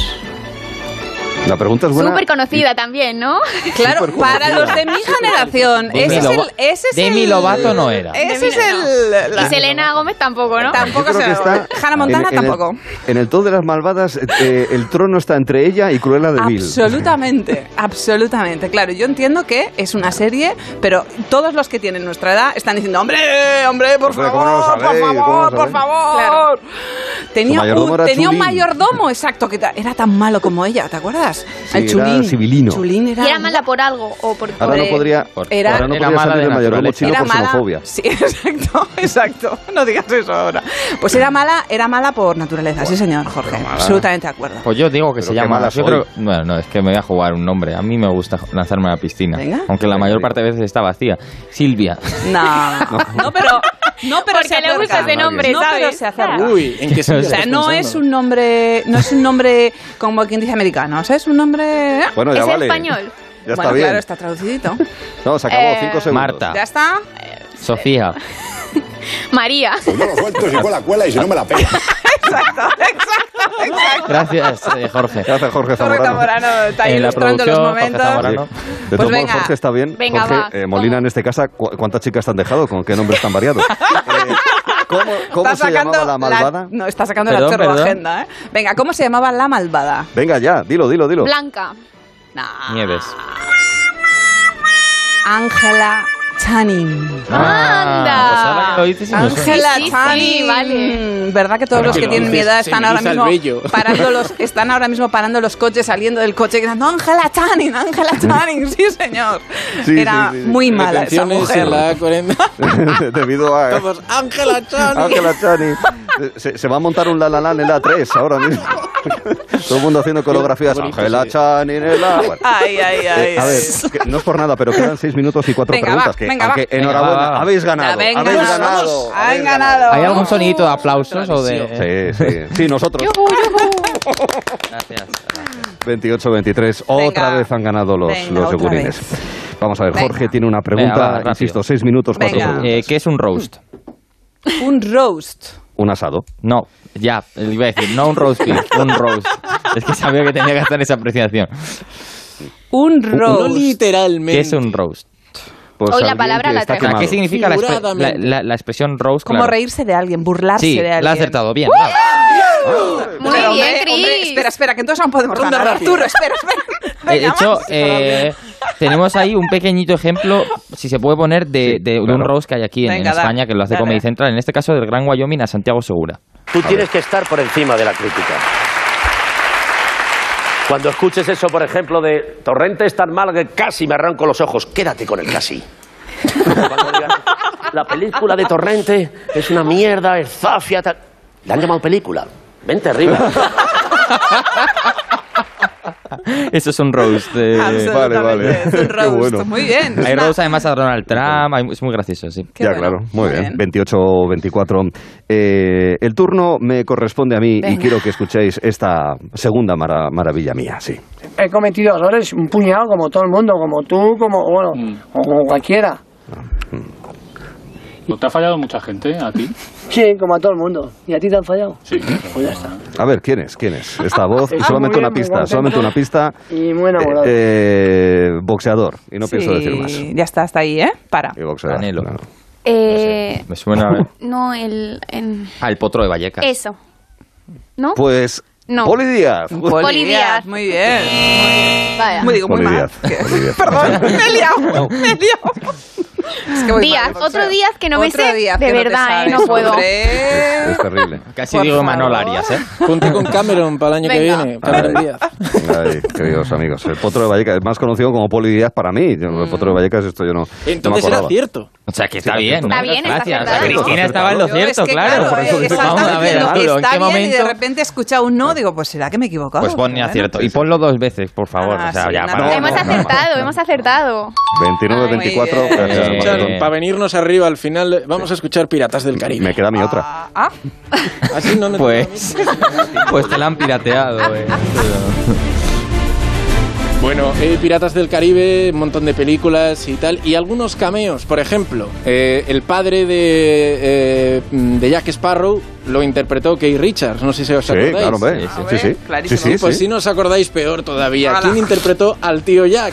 Speaker 2: La pregunta es buena.
Speaker 5: Súper conocida también, ¿no?
Speaker 3: Claro, para los de mi generación.
Speaker 2: Demi
Speaker 3: Ese es el,
Speaker 2: Lova-
Speaker 3: ese es
Speaker 6: Demi
Speaker 3: el-
Speaker 6: Lovato no era.
Speaker 3: Ese es
Speaker 5: Y
Speaker 3: el... la-
Speaker 5: Selena Gómez tampoco, ¿no?
Speaker 3: Tampoco
Speaker 2: Creo que está
Speaker 3: Hannah Montana
Speaker 2: en- en el-
Speaker 3: tampoco.
Speaker 2: En el todo de las malvadas, eh, el trono está entre ella y Cruella de Vil.
Speaker 3: Absolutamente, absolutamente. Claro, yo entiendo que es una serie, pero todos los que tienen nuestra edad están diciendo, hombre, hombre, por
Speaker 2: Hombre,
Speaker 3: favor,
Speaker 2: ¿cómo no lo sabéis?
Speaker 3: por
Speaker 2: ¿Cómo no lo
Speaker 3: favor, por
Speaker 2: sabéis?"
Speaker 3: favor.
Speaker 2: Su
Speaker 3: Tenía,
Speaker 2: mayordomo
Speaker 3: un,
Speaker 2: era
Speaker 3: tenía un
Speaker 2: Chulín.
Speaker 3: mayordomo, exacto, que ta- era tan malo como ella, ¿te acuerdas?
Speaker 2: Sí,
Speaker 3: El
Speaker 2: era
Speaker 3: Chulín.
Speaker 2: sibilino.
Speaker 3: Chulín era...
Speaker 5: Y era mala por algo o por
Speaker 2: Ahora no podría,
Speaker 3: Era-
Speaker 2: ahora no
Speaker 3: Era
Speaker 2: podría
Speaker 3: mala
Speaker 2: salir
Speaker 3: de
Speaker 2: el mayordomo
Speaker 3: naturaleza.
Speaker 2: chino
Speaker 3: Era
Speaker 2: por
Speaker 3: mala-
Speaker 2: xenofobia.
Speaker 3: Sí, exacto, exacto. No digas eso ahora. Pues era mala, era mala por naturaleza, sí señor, Jorge. Absolutamente de acuerdo.
Speaker 6: Pues yo digo que se
Speaker 2: Ah. qué
Speaker 6: llama.
Speaker 2: mala
Speaker 6: Yo creo, bueno, no, es que me voy a jugar un nombre. A mí me gusta lanzarme a la piscina.
Speaker 3: Venga.
Speaker 6: Aunque la mayor parte de veces está vacía. Silvia.
Speaker 3: No, no, pero, no, pero
Speaker 5: Porque
Speaker 3: se
Speaker 5: le gusta
Speaker 3: acerca.
Speaker 5: ese nombre,
Speaker 3: no,
Speaker 5: ¿sabes?
Speaker 3: pero se acerca.
Speaker 4: Uy, ¿en qué
Speaker 3: o
Speaker 4: sentido
Speaker 3: sea,
Speaker 4: estás
Speaker 3: no
Speaker 4: pensando?
Speaker 3: es un nombre, no es un nombre como quien dice americano, o sea, es un nombre ¿eh?
Speaker 2: Bueno, ya Es vale. español. Ya está
Speaker 3: bueno,
Speaker 2: bien.
Speaker 3: claro, está traducidito.
Speaker 2: No, se acabó,
Speaker 5: Eh,
Speaker 2: 5 segundos.
Speaker 6: Marta.
Speaker 3: Ya está.
Speaker 6: Sofía.
Speaker 5: María.
Speaker 28: Yo lo suelto si cuela, cuela y si no me la pega.
Speaker 6: Gracias, eh, Jorge.
Speaker 2: Gracias, Jorge
Speaker 3: Jorge Zamorano está ahí
Speaker 6: En la
Speaker 3: ilustrando los
Speaker 6: producción, Jorge
Speaker 3: momentos.
Speaker 6: Zamorano.
Speaker 2: De
Speaker 3: Pues
Speaker 2: todos modos,
Speaker 3: venga.
Speaker 2: Jorge está bien.
Speaker 3: Venga, va.
Speaker 2: Jorge, eh, Molina, en este caso, ¿cu- ¿cuántas chicas te han dejado? ¿Con qué nombres tan variados? ¿Cómo, cómo
Speaker 3: Está
Speaker 2: se llamaba
Speaker 3: sacando
Speaker 2: la malvada?
Speaker 3: no, está sacando
Speaker 2: Perdón,
Speaker 3: la chorro
Speaker 2: perdón.
Speaker 3: agenda, ¿eh? Venga, ¿cómo se llamaba la malvada?
Speaker 2: Venga, ya, dilo, dilo, dilo.
Speaker 5: Blanca.
Speaker 6: Nieves.
Speaker 3: Ángela Channing.
Speaker 6: Ah, pues ahora que lo dices, sí me suena.
Speaker 3: Ángela
Speaker 5: Sí, sí, sí,
Speaker 3: Channing.
Speaker 5: vale.
Speaker 3: ¿Verdad que todos
Speaker 6: Ahora
Speaker 3: los
Speaker 6: que
Speaker 3: que
Speaker 6: lo
Speaker 3: tienen mi
Speaker 6: dices,
Speaker 3: edad
Speaker 6: se
Speaker 3: están
Speaker 6: me
Speaker 3: ahora
Speaker 6: eriza el
Speaker 3: mismo
Speaker 6: vello.
Speaker 3: parando los están ahora mismo parando los coches saliendo del coche gritando Ángela Channing, Ángela Channing, sí señor.
Speaker 2: Sí,
Speaker 3: Era
Speaker 2: sí, sí.
Speaker 3: muy mala esa
Speaker 2: Detenciones
Speaker 3: mujer.
Speaker 2: en la Debido a... eh,
Speaker 4: Ángela Chani.
Speaker 2: Ángela Chani. Eh, Se, se va a montar un la la la en el A3 ahora mismo. Todo el mundo haciendo coreografías. Ángela Chani en el A. Bueno.
Speaker 3: Ay, ay, ay.
Speaker 2: Eh, a ver, que no es por nada, pero quedan seis minutos y cuatro
Speaker 3: Venga,
Speaker 2: preguntas.
Speaker 3: va,
Speaker 2: que,
Speaker 3: venga,
Speaker 2: aunque
Speaker 3: va.
Speaker 2: enhorabuena,
Speaker 6: Venga, va.
Speaker 2: habéis ganado.
Speaker 3: Venga,
Speaker 2: habéis
Speaker 3: vamos,
Speaker 2: ganado.
Speaker 3: Han ganado.
Speaker 6: ¿Hay algún sonidito de aplausos o
Speaker 2: de.? Sí, sí. Sí, nosotros.
Speaker 3: Yujú, yujú.
Speaker 2: 28-23. Otra vez han ganado los,
Speaker 6: Venga,
Speaker 2: los
Speaker 6: otra
Speaker 2: yogurines. Vamos a ver, Jorge tiene una
Speaker 6: Venga,
Speaker 2: pregunta.
Speaker 6: va, rápido.
Speaker 2: insisto, seis minutos, cuatro
Speaker 3: Venga.
Speaker 2: segundos.
Speaker 6: Eh, ¿Qué es un roast?
Speaker 3: Un roast.
Speaker 2: Un asado.
Speaker 6: No, ya, le iba a decir, no un roast beef, un roast. Es que sabía que tenía que hacer esa apreciación.
Speaker 3: Un roast.
Speaker 4: No literalmente.
Speaker 6: ¿Qué es un roast?
Speaker 2: Pues
Speaker 5: Hoy la alguien palabra que la está traigo. quemado.
Speaker 6: ¿Qué significa la, expre-
Speaker 5: Figuradamente.
Speaker 6: la- la- la expresión roast?
Speaker 3: Como
Speaker 6: Claro.
Speaker 3: reírse de alguien, burlarse
Speaker 6: Sí,
Speaker 3: de alguien.
Speaker 6: la ha acertado, bien.
Speaker 3: ¡Uh!
Speaker 6: vale.
Speaker 3: Muy bien, espera, espera, que entonces aún podemos
Speaker 27: Ronda
Speaker 3: ganar.
Speaker 27: rápida.
Speaker 3: Arturo, espera, espera.
Speaker 6: Eh, de hecho, eh, tenemos ahí un pequeñito ejemplo, si se puede poner, de, de- de un roast que hay aquí en, en
Speaker 14: Venga, da,
Speaker 6: España, que lo hace
Speaker 14: dale.
Speaker 6: Comedy Central, en este caso del Gran Wyoming a Santiago Segura.
Speaker 14: Tú tienes que estar por encima de la crítica. Cuando escuches eso, por ejemplo, de Torrente es tan mal que casi me arranco los ojos, quédate con el casi. Cuando digas, la película de Torrente es una mierda, es zafia, tal. Le han llamado película. Vente arriba.
Speaker 6: Eso es un roast. eh.
Speaker 3: Absolutamente, es un roast. Muy bien.
Speaker 6: Hay roast además a Donald Trump. hay- es muy gracioso, sí.
Speaker 2: ya, claro. Muy bien. 28-24. Eh, el turno me corresponde a mí y
Speaker 27: Venga.
Speaker 2: quiero que escuchéis esta segunda mara- maravilla mía, sí.
Speaker 27: He cometido errores, un puñado como todo el mundo, como tú, como, bueno,
Speaker 2: Mm.
Speaker 27: o como cualquiera.
Speaker 15: ¿No Pues te ha fallado mucha gente a ti?
Speaker 27: Sí, como a todo el mundo. ¿Y a ti te han fallado?
Speaker 15: Sí.
Speaker 27: Pues ya está.
Speaker 2: A ver, ¿quién es? ¿Quién es? Esta voz y
Speaker 27: Está
Speaker 2: solamente
Speaker 27: Ah, muy
Speaker 2: una
Speaker 27: bien,
Speaker 2: pista,
Speaker 27: muy
Speaker 2: solamente una pista.
Speaker 27: Y muy enamorado.
Speaker 2: Eh, boxeador. Y no pienso decir más.
Speaker 3: Ya está, hasta ahí, ¿eh? Para.
Speaker 2: Y boxeador. claro.
Speaker 5: Eh,
Speaker 6: Me suena a
Speaker 5: no, el... en-
Speaker 6: al potro de Vallecas.
Speaker 5: Eso. ¿No?
Speaker 2: Pues.
Speaker 5: No.
Speaker 2: Poli Díaz.
Speaker 5: Polidíaz.
Speaker 3: Muy bien.
Speaker 5: Vaya.
Speaker 3: Muy, digo, muy
Speaker 2: Poli
Speaker 3: mal.
Speaker 2: Díaz.
Speaker 3: Perdón, me he liado. Me he liado. Es que voy
Speaker 5: Díaz,
Speaker 3: mal.
Speaker 5: otro día que no me
Speaker 3: Otro
Speaker 5: sé,
Speaker 3: Díaz
Speaker 5: de
Speaker 3: que no te
Speaker 5: verdad, eh,
Speaker 3: sabes,
Speaker 5: no puedo.
Speaker 3: hombre.
Speaker 2: Es terrible.
Speaker 6: Casi
Speaker 3: Por
Speaker 6: digo
Speaker 3: favor.
Speaker 6: Manol Arias, ¿eh?
Speaker 4: Ponte con Cameron para el año
Speaker 3: Venga.
Speaker 4: que viene. Cameron
Speaker 2: Ay.
Speaker 4: Díaz.
Speaker 2: Ay, queridos amigos, el potro de Vallecas es más conocido como Poli Díaz para mí. Yo, El
Speaker 27: Mm.
Speaker 2: potro de Vallecas, esto yo no. no me
Speaker 4: Entonces era
Speaker 2: acordaba.
Speaker 4: cierto.
Speaker 6: O sea, que
Speaker 2: Sí,
Speaker 6: está
Speaker 2: era
Speaker 6: bien.
Speaker 2: cierto.
Speaker 5: Está bien, está
Speaker 6: Gracias.
Speaker 5: acertado.
Speaker 6: Cristina estaba en lo
Speaker 3: Yo, es
Speaker 6: cierto,
Speaker 3: que
Speaker 6: claro.
Speaker 3: eh, que saltaba
Speaker 6: Vamos a ver,
Speaker 3: diciendo que
Speaker 6: Pablo, ¿en
Speaker 3: está
Speaker 6: qué
Speaker 3: bien y de
Speaker 6: momento?
Speaker 3: repente he escuchado un no, digo, pues será que me he equivocado.
Speaker 6: Pues ponle acierto. Y ponlo dos veces, por favor.
Speaker 3: Ah,
Speaker 6: o sea,
Speaker 3: sí,
Speaker 6: ya,
Speaker 3: nada.
Speaker 6: para-
Speaker 5: Hemos acertado, hemos acertado.
Speaker 2: 29, 24. gracias,
Speaker 6: Bien.
Speaker 2: Maricón.
Speaker 4: Para venirnos arriba al final, eh, vamos a escuchar Piratas del Caribe.
Speaker 2: Me queda mi otra.
Speaker 4: Así no me
Speaker 6: Pues, pues te la han pirateado. eh.
Speaker 4: Bueno, eh, Piratas del Caribe, un montón de películas y tal, y algunos cameos. Por ejemplo, eh, el padre de, eh, de Jack Sparrow lo interpretó Keith Richards. No sé si os
Speaker 2: Sí,
Speaker 4: acordáis.
Speaker 2: claro, hombre. Sí, sí, sí.
Speaker 4: Clarísimo.
Speaker 2: Sí, sí,
Speaker 4: pues
Speaker 2: sí.
Speaker 4: si no os acordáis, peor todavía.
Speaker 2: Ala.
Speaker 4: ¿Quién interpretó al tío Jack?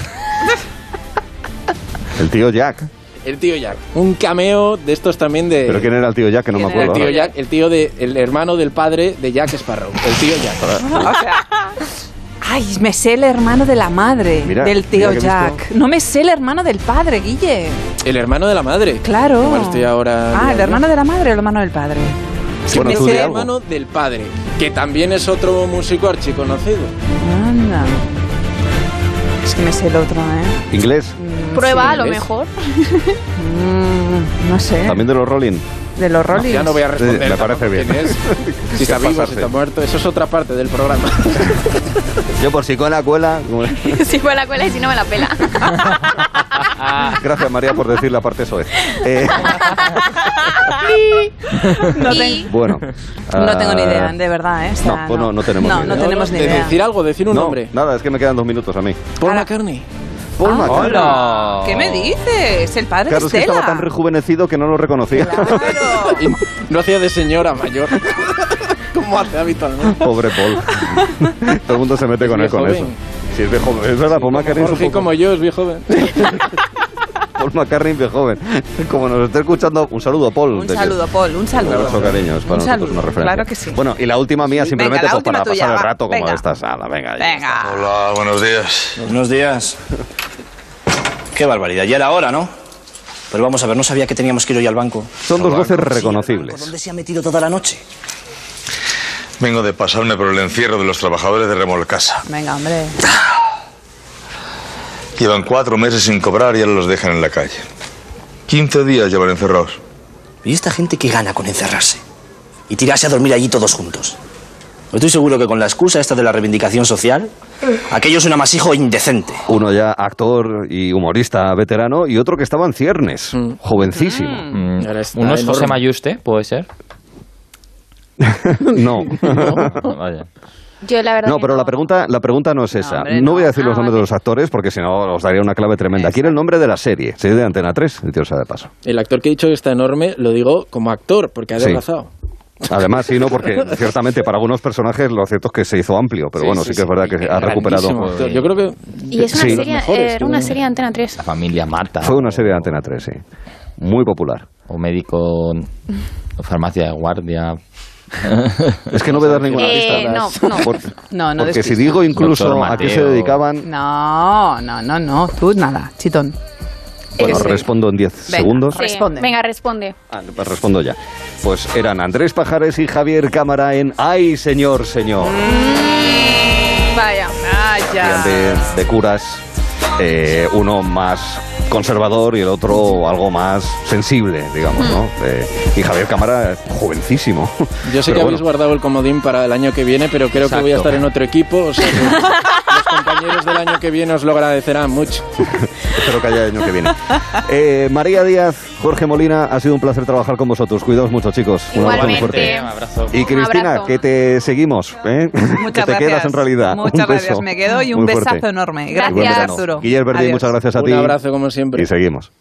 Speaker 2: El tío Jack.
Speaker 27: Eh,
Speaker 4: El tío Jack. Un cameo de estos también de...
Speaker 2: ¿Pero quién era el tío Jack? Que no me
Speaker 4: el
Speaker 2: acuerdo.
Speaker 4: tío
Speaker 2: ahora.
Speaker 4: Jack, el tío de, el hermano del padre de Jack Sparrow, el tío Jack.
Speaker 2: Ah.
Speaker 3: O sea, ay, me sé el hermano de la madre
Speaker 4: Mira,
Speaker 3: del
Speaker 4: mira
Speaker 3: tío
Speaker 4: que he
Speaker 3: Jack. No me sé el hermano del padre, Guille.
Speaker 4: El hermano de la madre.
Speaker 3: Claro.
Speaker 4: Igual estoy ahora.
Speaker 3: Ah, el hermano de la madre o el hermano del padre.
Speaker 4: Sí,
Speaker 3: Bueno,
Speaker 4: me
Speaker 3: tú
Speaker 4: sé
Speaker 3: di
Speaker 4: el
Speaker 3: algo.
Speaker 4: hermano del padre, que también es otro músico archiconocido.
Speaker 3: Anda. Es que me sé el otro, ¿eh?
Speaker 2: ¿Inglés?
Speaker 5: Prueba, a lo
Speaker 2: ¿ves?
Speaker 5: mejor.
Speaker 3: Mm, no
Speaker 27: Eh.
Speaker 3: sé.
Speaker 2: ¿También de los Rolling?
Speaker 3: De los Rollins.
Speaker 4: ya no voy a responder.
Speaker 2: Sí, me
Speaker 4: tampoco
Speaker 2: parece bien.
Speaker 4: quién es, si está
Speaker 2: Qué
Speaker 4: vivo, si
Speaker 2: pasarse.
Speaker 4: está muerto. Eso es otra parte del programa.
Speaker 2: Yo por si cola, cuela.
Speaker 5: Si fue la cuela y si no me la pela.
Speaker 2: Gracias, María, por decir la parte soez. Eh,
Speaker 3: No, ten-
Speaker 2: bueno.
Speaker 3: no tengo ni
Speaker 2: ah,
Speaker 3: idea, de verdad, ¿eh? O sea,
Speaker 2: No, pues no, no tenemos
Speaker 3: No,
Speaker 2: ni idea.
Speaker 3: no tenemos ni idea. Ah.
Speaker 4: algo, decir un
Speaker 2: No,
Speaker 4: nombre.
Speaker 2: Nada, es que me quedan dos minutos a mí.
Speaker 4: Paul McCartney.
Speaker 2: Paul McCartney.
Speaker 6: Hola.
Speaker 3: ¿Qué me dices? El padre
Speaker 2: Claro, es
Speaker 3: de
Speaker 2: que
Speaker 3: Estela.
Speaker 2: estaba tan rejuvenecido que no lo reconocía.
Speaker 4: No hacía de señora mayor. ¿Cómo hace habitualmente?
Speaker 2: Pobre Paul. Todo el mundo se mete con él
Speaker 4: Es
Speaker 2: con
Speaker 4: viejo
Speaker 2: eso. Si es viejo, es verdad, Paul McCartney es un
Speaker 4: Jorge,
Speaker 2: poco-
Speaker 4: como yo, es ¿eh? bien joven.
Speaker 2: Paul McCartney es joven. Como nos está escuchando, un saludo, Paul.
Speaker 3: Un saludo, Paul, un
Speaker 2: Un
Speaker 3: saludo.
Speaker 2: abrazo, cariño. Es para
Speaker 3: Un
Speaker 2: nosotros
Speaker 3: saludo,
Speaker 2: una referencia.
Speaker 3: Claro que sí.
Speaker 2: Bueno, y la última mía, simplemente
Speaker 3: la
Speaker 2: pues,
Speaker 3: última
Speaker 2: para
Speaker 3: tuya,
Speaker 2: pasar el
Speaker 3: va,
Speaker 2: rato como
Speaker 3: venga.
Speaker 2: esta sala. Venga, ya.
Speaker 3: Venga.
Speaker 16: Hola, buenos días. Buenos días. Qué barbaridad, ya era hora, ¿no? Pero vamos a ver, no sabía que teníamos que ir hoy al banco.
Speaker 2: Son dos voces reconocibles.
Speaker 16: ¿Dónde se ha metido toda la noche?
Speaker 17: Vengo de pasarme por el encierro de los trabajadores de Remolcasa.
Speaker 3: Venga, hombre.
Speaker 17: Llevan cuatro meses sin cobrar y ahora los dejan en la calle. 15 días llevan encerrados.
Speaker 16: ¿Y esta gente qué gana con encerrarse? Y tirarse a dormir allí todos juntos. Estoy seguro que con la excusa esta de la reivindicación social, aquello es un amasijo indecente.
Speaker 2: Uno ya actor y humorista veterano y otro que estaba en ciernes,
Speaker 3: Mm.
Speaker 2: jovencísimo.
Speaker 6: Mm, Uno es José Mayuste, puede ser.
Speaker 2: No.
Speaker 6: Vaya.
Speaker 5: Yo la verdad
Speaker 2: No,
Speaker 5: que
Speaker 2: pero la pregunta, la pregunta no es esa.
Speaker 5: hombre,
Speaker 2: no
Speaker 5: no.
Speaker 2: voy a decir
Speaker 3: Ah,
Speaker 2: los nombres de los actores porque si no os daría una clave tremenda. Quiero el nombre de la serie. Serie de Antena 3, el tío sea de paso.
Speaker 4: El actor que he dicho que está enorme, lo digo como actor, porque ha
Speaker 2: Sí.
Speaker 4: adelgazado.
Speaker 2: Además, sí, no, porque ciertamente para algunos personajes lo cierto es que se hizo amplio, pero
Speaker 4: Sí,
Speaker 2: bueno, sí,
Speaker 4: sí,
Speaker 2: que es verdad que ha recuperado.
Speaker 4: Grandísimo actor. Yo creo que...
Speaker 5: Y es una
Speaker 2: Sí.
Speaker 5: serie, era una serie de Antena 3.
Speaker 6: Familia Mata.
Speaker 2: Fue una serie de Antena 3, sí. Muy popular.
Speaker 6: O médico. O farmacia de guardia.
Speaker 2: Es que no voy a dar ninguna
Speaker 5: Eh, no,
Speaker 2: pista.
Speaker 5: no.
Speaker 2: Por-
Speaker 3: No, no
Speaker 2: porque si
Speaker 3: despistes.
Speaker 2: digo incluso
Speaker 6: Doctor
Speaker 2: a qué se
Speaker 6: Mateo.
Speaker 2: dedicaban,
Speaker 3: No, no, no, no. Tú nada, chitón.
Speaker 2: bueno,
Speaker 3: Sí.
Speaker 2: respondo en 10
Speaker 3: Venga,
Speaker 2: segundos.
Speaker 3: Responde.
Speaker 5: Venga, responde.
Speaker 2: Ah, no, pues respondo ya. Pues eran Andrés Pajares y Javier Cámara en Ay, señor, señor.
Speaker 5: Mm. Vaya.
Speaker 2: Hacían De, de curas, eh, uno más conservador y el otro algo más sensible, digamos, ¿no?
Speaker 5: Mm.
Speaker 2: Eh, y Javier Cámara, jovencísimo.
Speaker 4: Yo sé
Speaker 2: Pero
Speaker 4: que
Speaker 2: bueno.
Speaker 4: habéis guardado el comodín para el año que viene, pero creo que voy a
Speaker 2: Exacto.
Speaker 4: estar en otro equipo. o sea que- Los compañeros del año que viene os lo agradecerán mucho.
Speaker 2: Espero que haya el año que viene. Eh, María Díaz, Jorge Molina, ha sido un placer trabajar con vosotros. Cuidaos mucho, chicos. Un abrazo muy
Speaker 6: Igualmente.
Speaker 2: fuerte.
Speaker 6: Un abrazo.
Speaker 2: Y
Speaker 6: Un
Speaker 2: Cristina,
Speaker 3: abrazo.
Speaker 2: que te seguimos. ¿eh? que te
Speaker 3: Muchas gracias.
Speaker 2: quedas en realidad.
Speaker 3: Muchas
Speaker 2: Un beso
Speaker 3: gracias, me quedo y un
Speaker 2: muy
Speaker 3: besazo
Speaker 2: fuerte.
Speaker 3: enorme.
Speaker 2: Y buen
Speaker 3: Gracias,
Speaker 2: verano.
Speaker 3: Arturo.
Speaker 2: Guillermo Verdín,
Speaker 3: Adiós.
Speaker 2: muchas gracias a ti.
Speaker 4: Un abrazo como siempre.
Speaker 2: Y seguimos.